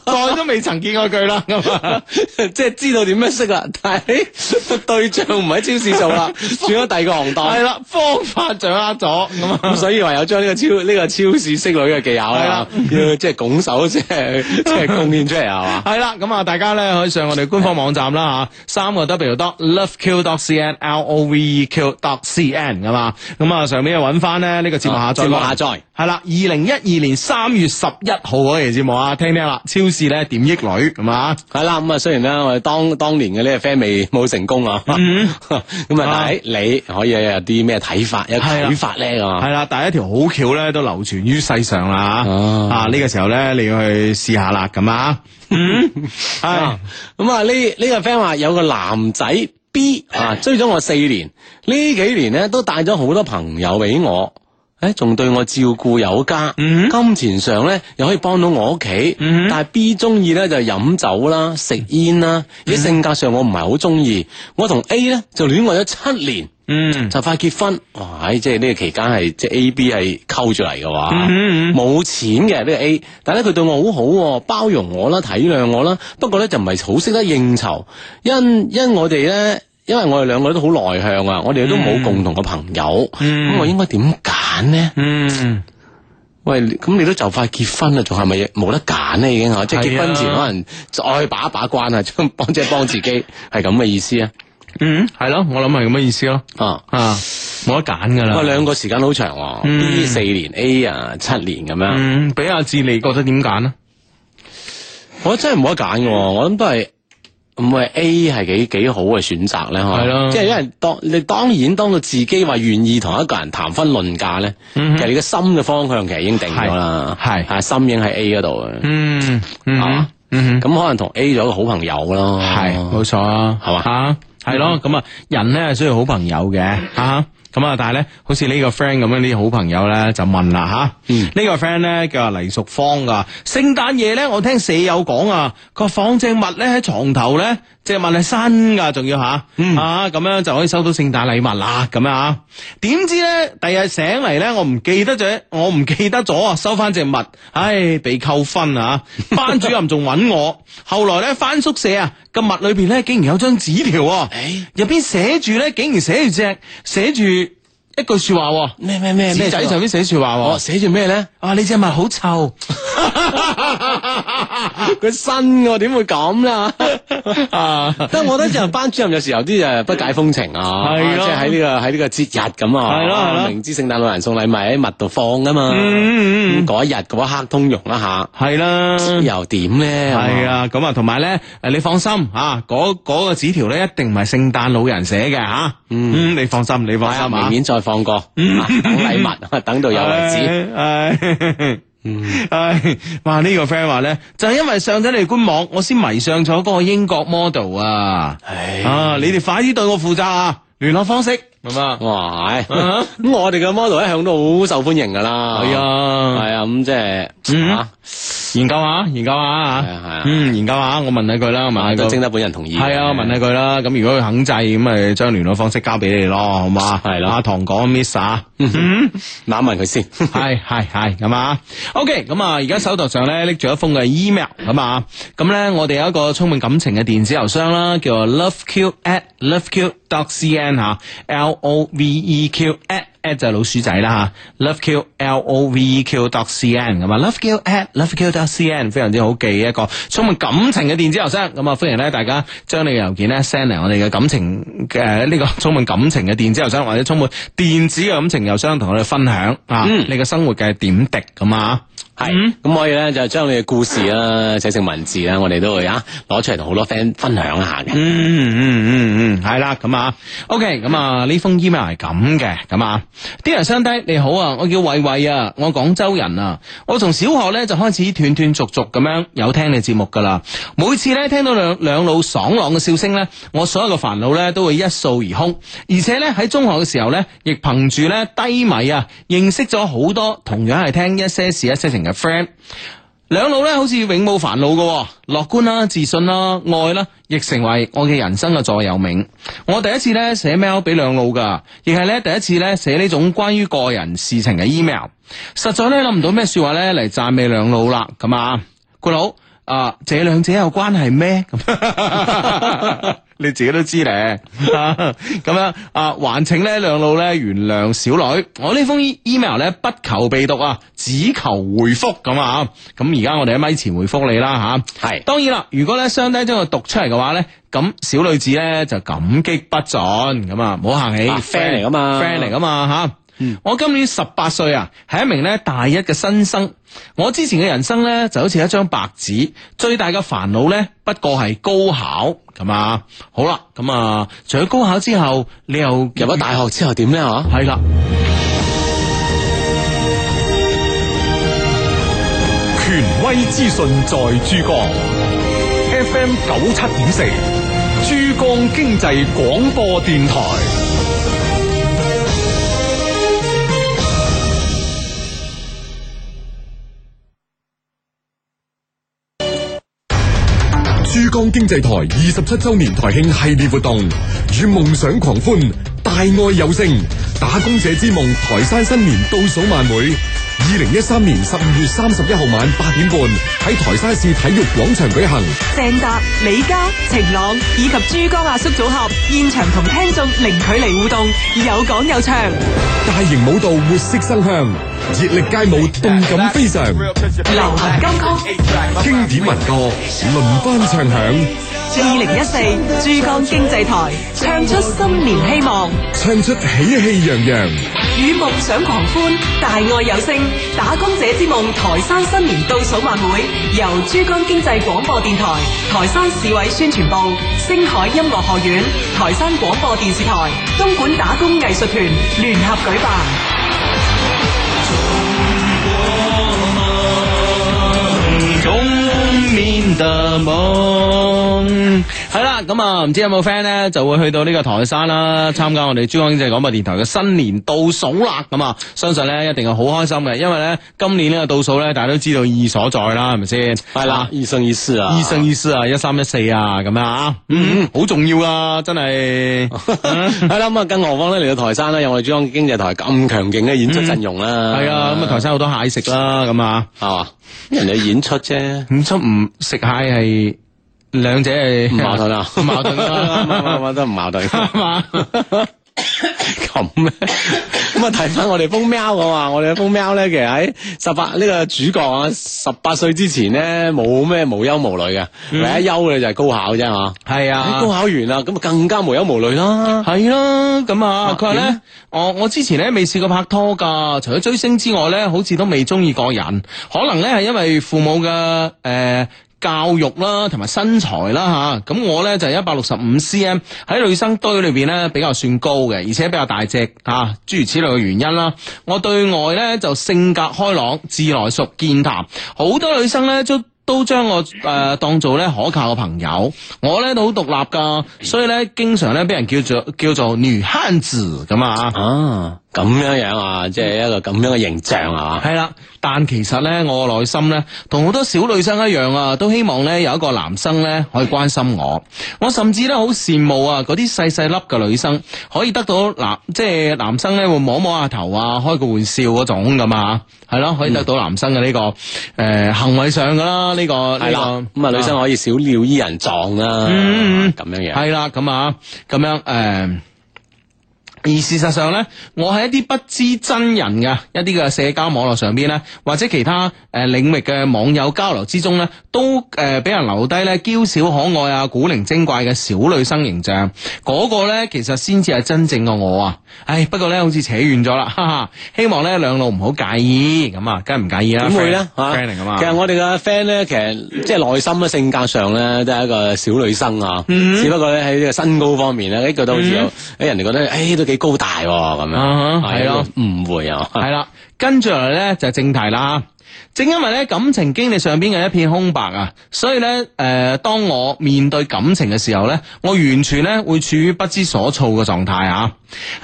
Speaker 3: 再都未曾見過佢啦咁啊！
Speaker 1: 即係知道點樣識啦，但係 咦對象唔喺超市做 啦，轉咗第二個行
Speaker 3: 系
Speaker 1: 當，
Speaker 3: 啦，方法掌握咗咁 啊。
Speaker 1: 咁所以話有將呢個超呢個超市識女嘅技巧
Speaker 3: 係
Speaker 1: 啦
Speaker 3: 啦，
Speaker 1: 要即係拱手，即係即 係貢獻出嚟係嘛。
Speaker 3: 系啦，咁啊，大家咧可以上我哋官方網站啦吓，三個 W dot loveq dot cn l o v e q dot cn 噶嘛，咁啊上面揾翻咧呢個節目下載，
Speaker 1: 節目下載
Speaker 3: 係啦，二零一二年三月十一號嗰期節目啊，聽聽啦，超市咧點益女咁啊，
Speaker 1: 係啦，咁啊，雖然咧我哋當當年嘅呢個 friend 未冇成功啊，
Speaker 3: 嗯
Speaker 1: 咁啊，但係你可以有啲咩睇法，有
Speaker 3: 係啦
Speaker 1: 啟發咧啊
Speaker 3: 係？啦，但係一條好橋咧都流傳於世上啦吓，
Speaker 1: 哦
Speaker 3: 啊呢個時候咧你要去試下啦咁啊， 嗯，
Speaker 1: 咁啊，呢呢個 friend 話有個男仔 B 啊，追咗我四年，呢幾年咧都帶咗好多朋友俾我。誒，仲對我照顧有加，金錢上咧又可以幫到我屋企，但係 B 中意咧就飲酒啦、食煙啦，而且性格上我唔係好中意。我同 A 咧就戀愛咗七年，
Speaker 3: 嗯。
Speaker 1: 就快結婚，哇！唉即係呢個期間係即係 A、B 係溝住嚟嘅話，
Speaker 3: 嗯
Speaker 1: 冇錢嘅呢個 A，但係咧佢對我好好、喎，包容我啦，體諒我啦。不過咧就唔係好識得應酬，因因我哋咧。因為我哋兩個都好內向啊，我哋都冇共同嘅朋友，咁、
Speaker 3: 嗯
Speaker 1: 我應該點揀呢？
Speaker 3: 嗯，
Speaker 1: 喂，咁你都就快結婚啦，仲係咪冇得揀呢？已經嚇，即係
Speaker 3: 係啊
Speaker 1: 結婚前可能再把一把關啊，將幫即係幫自己，係咁嘅意思啊。
Speaker 3: 嗯，系咯，我谂系咁嘅意思咯，
Speaker 1: 啊，
Speaker 3: 啊，冇得拣噶
Speaker 1: 我
Speaker 3: 啦。
Speaker 1: 兩個時間都好長喎
Speaker 3: 嗯
Speaker 1: ，B 四年，A 啊七年咁樣，
Speaker 3: 嗯，俾阿志你觉得啊点拣咧？
Speaker 1: 我真係冇得揀嘅喎，我諗都係。唔係 A 係幾幾好嘅選擇咧，
Speaker 3: 係
Speaker 1: 係
Speaker 3: 咯
Speaker 1: 即係因為當你當然當到自己話願意同一個人談婚論嫁咧，
Speaker 3: 嗯哼
Speaker 1: 其實你嘅心嘅方向其實已經定咗啦，
Speaker 3: 係係
Speaker 1: 啊心已經喺 A 嗰度嘅，
Speaker 3: 嗯嗯
Speaker 1: 啊
Speaker 3: 嗯
Speaker 1: 咁，可能同 A 咗個好朋友咯，
Speaker 3: 系冇錯啊，
Speaker 1: 係嘛嗯
Speaker 3: 吓系咯，咁啊，人咧係需要好朋友嘅啊。咁啊，但係咧，好似呢個 friend 咁樣，呢啲好朋友咧就問啦吓，
Speaker 1: 嗯
Speaker 3: 呢個 friend 咧叫阿黎淑芳噶，聖誕夜咧，我聽舍友講啊，佢話放只襪咧喺床頭咧，只襪係新噶，仲要吓，
Speaker 1: 嗯
Speaker 3: 啊咁樣就可以收到聖誕禮物啦，哎咁樣啊，點知咧第日醒嚟咧，我唔記得咗，我唔記得咗啊，收翻只襪，唉，被扣分啊，班主任仲揾我，後來咧翻宿舍啊，個襪裏邊咧竟然有張紙條喎，
Speaker 1: 誒
Speaker 3: 入邊寫住咧，竟然寫住只寫住一句説話喎。
Speaker 1: 咩咩咩
Speaker 3: 紙
Speaker 1: 咩
Speaker 3: 仔上面寫説話
Speaker 1: 哦
Speaker 3: 喎，
Speaker 1: 寫住咩 咧？
Speaker 3: 啊！你只襪好臭，
Speaker 1: 佢新嘅點會咁啦？
Speaker 3: 啊，
Speaker 1: 但我覺得就班主任有時候有啲呃誒不解風情啊，
Speaker 3: 係咯
Speaker 1: 即係喺呢個喺呢個節日咁啊，
Speaker 3: 係咯係咯
Speaker 1: 明知聖誕老人送禮物喺襪度放噶嘛，咁
Speaker 3: 嗯
Speaker 1: 嗰一日嗰一刻通融一下，
Speaker 3: 係啦，
Speaker 1: 又點咧？
Speaker 3: 係，啊，咁啊，同埋咧，诶，你放心啊，嗰嗰個紙條咧一定唔係聖誕老人寫嘅吓，嗯，你放心，你放心
Speaker 1: 明
Speaker 3: 啊。嗯
Speaker 1: 年再放過，啊等 禮物，啊等到有為止。
Speaker 3: 唉。唉唉，哇！呢、個 friend 話咧，就係因為上咗你哋官網，我先迷上咗嗰個英國 model 啊！啊，你哋快啲對我負責啊！聯絡方式咁啊，
Speaker 1: 哇，係咁我哋嘅 model 一向都好受歡迎噶啦，
Speaker 3: 係啊
Speaker 1: 係啊，咁即係
Speaker 3: 嗯
Speaker 1: 啊
Speaker 3: 研究下，研究下啊
Speaker 1: 係啊係啊
Speaker 3: 嗯，研究下，我問下佢啦，問下
Speaker 1: 都
Speaker 3: 佢
Speaker 1: 徵。得本人同意，
Speaker 3: 系啊，問下佢啦。咁如果佢肯制，咁咪將聯絡方式交俾你咯，好嘛？
Speaker 1: 係啦
Speaker 3: 阿唐講 miss 啊，
Speaker 1: 問一問佢先。
Speaker 3: 係係係咁啊。OK，咁啊，而家手頭上咧拎住一封嘅 email 咁啊，咁咧我哋有一個充滿感情嘅電子郵箱啦，叫做 loveq at loveq dot cn 吓，L O V E Q at at 就係老鼠仔啦吓，loveq L O V E Q dot c n 咁啊，loveq at loveq dot c n 非常之好記嘅一個充滿感情嘅電子郵箱，咁啊歡迎咧大家將你嘅郵件咧 send 嚟我哋嘅感情嘅呢個充滿感情嘅電子郵箱，或者充滿電子嘅感情郵箱，同我哋分享啊你嘅生活嘅點滴咁啊。
Speaker 1: 系，咁、可以咧就將你嘅故事啦，寫成文字啦，我哋都會啊攞出嚟同好多 friend 分享一下嘅。
Speaker 3: 嗯嗯嗯嗯，系啦，咁啊，OK，咁啊呢封 email 系咁嘅，咁啊，啲人相低你好啊，我叫慧慧啊，我廣州人啊，我從小學咧就開始斷斷續續咁樣有聽你節目噶啦，每次咧聽到兩兩老爽朗嘅笑聲咧，我所有嘅煩惱咧都會一掃而空，而且咧喺中學嘅時候咧，亦憑住咧低迷啊，認識咗好多同樣係聽一些事一些情嘅 friend。兩老咧好似永冇煩惱嘅，樂觀啦、啊自信啦、愛啦，亦成為我嘅人生嘅座右銘。我第一次咧寫 mail 俾兩老噶，亦係咧第一次咧寫呢種關於個人事情嘅 email。實在咧諗唔到咩说話咧嚟讚美兩老啦，咁啊，顧佬啊，這兩者有關係咩？咁你自己都知咧，啊咁樣啊，還請呢兩老咧原諒小女，我呢封 email 咧不求被讀啊，只求回覆咁啊，咁而家我哋喺咪前回覆你啦吓。
Speaker 1: 係
Speaker 3: 當然啦，如果咧雙低將佢讀出嚟嘅話咧，咁小女子咧就感激不盡咁啊，唔好客氣
Speaker 1: 啊 friend 嚟㗎嘛嗯
Speaker 3: ，friend 嚟噶嘛吓。我今年十八歲啊，係一名咧大一嘅新生。我之前嘅人生咧就好似一張白紙，最大嘅煩惱咧不過係高考咁啊。好啦，咁啊，除咗高考之後，你又
Speaker 1: 入咗大學之後點咧？嗬，
Speaker 3: 係啦。
Speaker 4: 权威资讯在珠江，FM 九七点四，珠江经济广播电台。珠江經濟台二十七周年台慶系列活動，與夢想狂歡，大愛有聲，打工者之夢台山新年倒數晚會，二零一三年十二月三十一號晚八點半喺台山市體育廣場舉行。
Speaker 5: 鄭達、李嘉、晴朗以及珠江阿叔組合，現場同聽眾零距離互動，有講有唱。
Speaker 4: 大型舞蹈活色生香，熱力街舞動感非常，
Speaker 5: 流行金曲
Speaker 4: 經典民歌輪番唱響，
Speaker 5: 二零一四珠江經濟台唱出新年希望，
Speaker 4: 唱出喜氣洋洋。
Speaker 5: 與夢想狂歡，大愛有聲，打工者之夢台山新年倒數晚會，由珠江經濟廣播電台、台山市委宣傳部、星海音樂學院、台山廣播電視台、東莞打工藝術團聯合舉辦。
Speaker 3: 中面的夢係啦，咁啊，唔知有冇 friend 咧就會去到呢個台山啦，參加我哋珠江經濟廣播電台嘅新年倒數啦，咁啊，相信咧一定係好開心嘅，因為咧今年呢個倒數咧，大家都知道意義所在啦，係咪先？
Speaker 1: 系啦，一生一世啊，
Speaker 3: 醫生醫師啊，一三一四啊，咁啊，嗯，好重要啊，真係。 嗯
Speaker 1: 系啦，咁啊，更何況咧嚟到台山咧，有我哋珠江經濟台咁強勁嘅演出陣容啦，
Speaker 3: 係啊，咁啊，台山好多蟹食啦，咁啊，
Speaker 1: 系嘛，人哋演出 啫，
Speaker 3: 五七五食蟹係兩者係
Speaker 1: 唔矛盾啊，
Speaker 3: 唔矛盾啦，
Speaker 1: 啱 啱啱都唔矛盾，
Speaker 3: 係嘛？
Speaker 1: 咁咩？咁啊，睇翻我哋風喵嘅話，我哋嘅風喵咧，其實喺十八呢個主角啊，十八歲之前咧冇咩無憂無慮嘅，唯一憂嘅就係高考啫嘛。
Speaker 3: 係啊
Speaker 1: 高。考完啦，咁啊更加無憂無慮啦。
Speaker 3: 系啦，咁啊，佢話
Speaker 1: 啊點
Speaker 3: 咧
Speaker 1: 咧，
Speaker 3: 我我之前咧未試過拍拖㗎，除咗追星之外咧，好似都未中意過人，可能咧係因為父母嘅诶。呃教育啦，同埋身材啦吓，咁我咧就一百六十五 cm 喺女生堆裏邊咧比較算高嘅，而且比較大隻啊，諸如此類嘅原因啦。我對外咧就性格開朗，自來熟健談，好多女生咧都都將我誒、呃、當做咧可靠嘅朋友，我咧都好獨立噶，所以咧經常咧俾人叫做叫做女漢子咁啊。
Speaker 1: 啊，咁樣樣啊，即係一個咁樣嘅形象啊。
Speaker 3: 係啦，但其實咧，我內心咧，同好多小女生一樣啊，都希望咧有一個男生咧可以關心我。我甚至咧好羨慕啊，嗰啲細細粒嘅女生可以得到男，即係男生咧會摸摸下頭啊，開個玩笑嗰種咁啊，係咯，可以得到男生嘅呢、個誒、呃行為上噶啦，呢、個呢、
Speaker 1: 係啦，
Speaker 3: 個
Speaker 1: 咁啊，女生可以小鳥依人撞啦，
Speaker 3: 嗯
Speaker 1: 咁樣樣。
Speaker 3: 系啦，咁啊，咁樣呃诶。誒而事實上咧，我喺一啲不知真人嘅一啲嘅社交網絡上邊咧，或者其他誒、呃、領域嘅網友交流之中咧，都誒呃俾、人留低咧嬌小可愛啊、古靈精怪嘅小女生形象。嗰、個咧其實先至係真正嘅我啊！唉，不過咧好似扯遠咗啦，哈哈！希望咧兩老唔好介意，咁啊，梗係唔介意啦。
Speaker 1: 點會咧嚇
Speaker 3: friend 嚟噶嘛？
Speaker 1: 啊其實我哋嘅 friend 咧，其實即係內心咧性格上咧都係一個小女生啊，
Speaker 3: 嗯
Speaker 1: 只不過咧喺呢個身高方面咧，一覺得好似有誒人哋覺得誒都幾高大喎咁
Speaker 3: 啊
Speaker 1: 樣，
Speaker 3: 哈係咯
Speaker 1: 一個誤會啊，
Speaker 3: 系啦，跟住落嚟咧就係正題啦。正因為咧感情經歷上邊嘅一片空白啊，所以咧誒、呃，當我面對感情嘅時候咧，我完全咧會處於不知所措嘅狀態啊。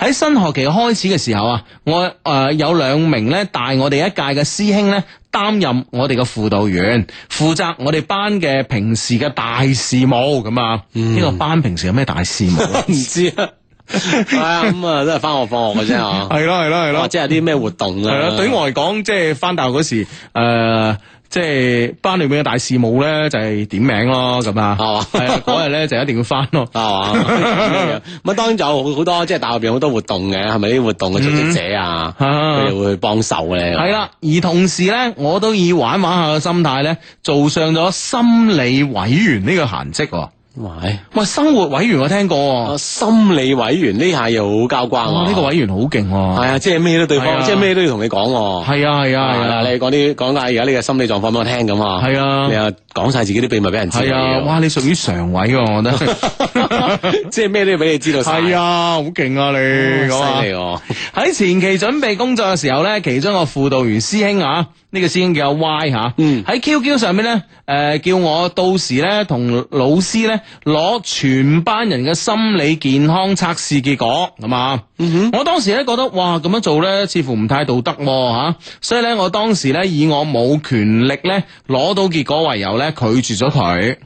Speaker 3: 喺新學期開始嘅時候啊，我誒、呃有兩名咧大我哋一屆嘅師兄咧。擔任我哋嘅輔導員，負責我哋班嘅平時嘅大事務咁啊！呢、個班平時有咩大事務啊？
Speaker 1: 唔知啊，係啊，咁啊都係翻學放學嘅啫啊，
Speaker 3: 係咯係咯係
Speaker 1: 或者係啲咩活動
Speaker 3: 系
Speaker 1: 啊
Speaker 3: 啦，，對於我嚟講，即係翻大學嗰時，诶、即係班裏面嘅大事務咧，就係點名咯，咁啊，
Speaker 1: 係嘛
Speaker 3: 係啊，嗰日咧就一定要翻 咯。
Speaker 1: 啊嘛，咁啊當然就有好多即係大學入邊好多活動嘅，係咪啲活動嘅組織者啊，
Speaker 3: 啊
Speaker 1: 佢哋會去幫手咧，
Speaker 3: 係啦，而同時咧，我都以玩玩下嘅心態咧，做上咗心理委員呢個閒職喎。
Speaker 1: 喂，
Speaker 3: 喂，生活委員我聽過
Speaker 1: 啊
Speaker 3: 喎，
Speaker 1: 哎心理委員呢下又好交關
Speaker 3: 哇，
Speaker 1: 喎
Speaker 3: 哦呢個委員好勁
Speaker 1: 啊系
Speaker 3: 喎。
Speaker 1: 啊，即系咩都對
Speaker 3: 係啊
Speaker 1: 方，即系咩都要同你講喎。
Speaker 3: 係啊，係啊，係啊，
Speaker 1: 你講啲講下而家你嘅心理狀況俾我聽咁啊。
Speaker 3: 係啊
Speaker 1: 你又講晒自己啲秘密俾人知。
Speaker 3: 係啊，哇，你屬於常委喎，我覺得。
Speaker 1: 即係咩都要俾你知道晒。
Speaker 3: 係啊，好勁啊你，咁啊
Speaker 1: 哦犀利喎。
Speaker 3: 喺前期準備工作嘅時候咧，其中一個輔導員師兄啊，呢、個師兄叫阿 Y 吓、
Speaker 1: 嗯
Speaker 3: 喺 QQ 上面咧，誒、叫我到時咧同老師咧攞全班人嘅心理健康測試結果，咁啊，我當時咧覺得哇咁樣做咧似乎唔太道德喎、吓所以咧我當時咧以我冇權力咧攞到結果為由咧拒絕咗佢。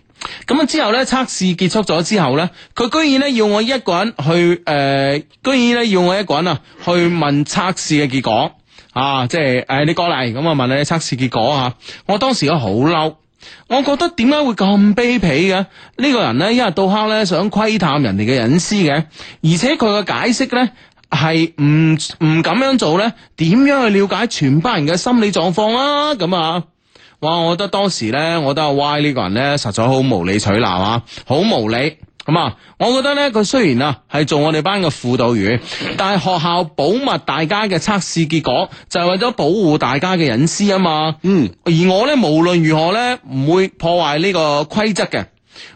Speaker 3: 咁啊之後咧測試結束咗之後咧，佢居然咧要我一個人去誒、呃居然咧要我一個人啊去問測試嘅結果。啊，即係诶你過嚟咁啊問你測試結果啊，我當時我好嬲。我覺得點解會咁卑鄙嘅？呢、個人呢，一日到黑呢，想窺探人哋嘅隱私嘅，而且佢嘅解釋呢，係唔唔咁樣做呢，點樣去了解全班人嘅心理狀況啊？咁啊！哇！我覺得當時咧，我覺得阿 Y 呢個人咧，實在好無理取鬧啊，好無理。咁啊，我覺得咧，佢雖然啊係做我哋班嘅輔導員，但係學校保密大家嘅測試結果，就係為咗保護大家嘅隱私啊嘛。
Speaker 1: 嗯，
Speaker 3: 而我咧無論如何咧，唔會破壞呢個規則嘅。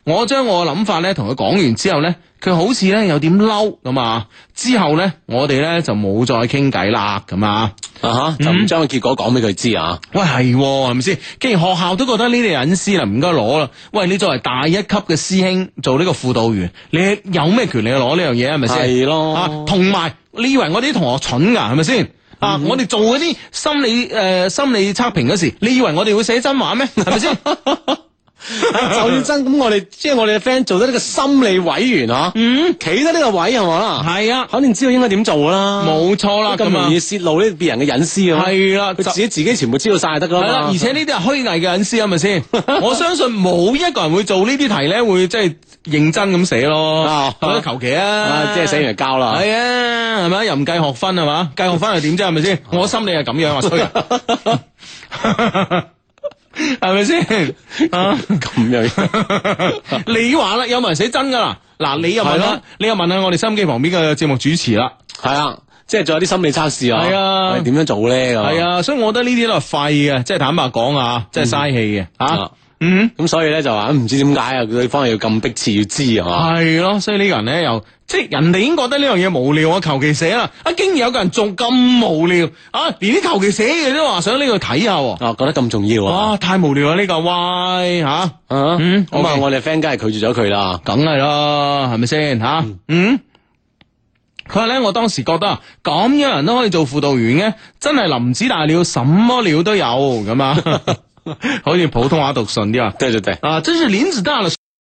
Speaker 3: 我將我嘅諗法咧同佢講完之後咧，佢好似咧有點嬲咁啊。之後咧，我哋咧就冇再傾偈啦，咁啊。
Speaker 1: 啊吓，就唔將個結果講俾佢知啊。
Speaker 3: 喂，係喎係咪先？既然學校都覺得呢啲係隱私啦，唔該攞啦。喂，你作為大一級嘅師兄做呢個輔導員，你有咩權利去攞呢樣嘢啊？係咪先？
Speaker 1: 係咯
Speaker 3: 啊，同埋你以為我哋啲同學蠢㗎係咪先？啊！
Speaker 1: 嗯
Speaker 3: 我哋做嗰啲心理誒、呃心理測評嗰時，你以為我哋會寫真話 咩？係咪先？
Speaker 1: 就要真咁，我哋即係我哋嘅 friend 做得呢個心理委員啊，嗯，企得呢個位係咪啦？
Speaker 3: 係啊，
Speaker 1: 肯定知道應該點做啦。
Speaker 3: 冇錯啦，
Speaker 1: 咁
Speaker 3: 咁啊
Speaker 1: 容易泄露呢別人嘅隱私啊。
Speaker 3: 係啦，
Speaker 1: 佢
Speaker 3: 就
Speaker 1: 自己自己全部知道晒就得噶
Speaker 3: 系啦
Speaker 1: 啦，嘛。
Speaker 3: 而且呢啲係虛偽嘅隱私，啊係咪 先？我相信冇一個人會做呢啲題咧，會即係認真咁寫咯
Speaker 1: 啊。
Speaker 3: 我覺得求其啊
Speaker 1: 啊，，即係寫完就交啦。
Speaker 3: 係啊，係咪？又唔計學分係嘛？計學分又點啫？係咪先？我心理係咁樣 啊，衰人。係咪先？啊！
Speaker 1: 咁 樣。
Speaker 3: 你話啦，有冇人寫真噶啦？嗱，你又問
Speaker 1: 係
Speaker 3: 啦
Speaker 1: 咯，
Speaker 3: 你又問下我哋收音機旁邊嘅節目主持啦。
Speaker 1: 系啊，即系仲有啲心理測試啊。
Speaker 3: 係啊
Speaker 1: 喂點樣做咧？咁
Speaker 3: 係，啊，所以我覺得呢啲都係廢嘅，即係坦白講啊，即係嘥氣嘅啊
Speaker 1: 啊。
Speaker 3: 嗯。
Speaker 1: 咁所以咧就話唔知點解啊，對方要咁迫切要知啊。
Speaker 3: 系咯，所以呢個人咧又即系人哋已經覺得呢樣嘢無聊，我求其寫啦。啊，竟然有個人仲咁無聊啊，連啲求其寫嘅都話想呢度睇下喎。
Speaker 1: 啊，覺得咁重要啊！
Speaker 3: 哇，太無聊啦呢個，喂吓，
Speaker 1: 啊
Speaker 3: 嗯
Speaker 1: 咁啊，
Speaker 3: OK
Speaker 1: 我哋 friend 梗係拒絕咗佢啦。
Speaker 3: 梗係啦，係咪先吓？嗯。佢話咧，我當時覺得啊咁樣人都可以做輔導員嘅，真係林子大了，什麼 料都有咁啊！好似普通話讀順啲啊！
Speaker 1: 對對對。
Speaker 3: 啊，真是林子大了。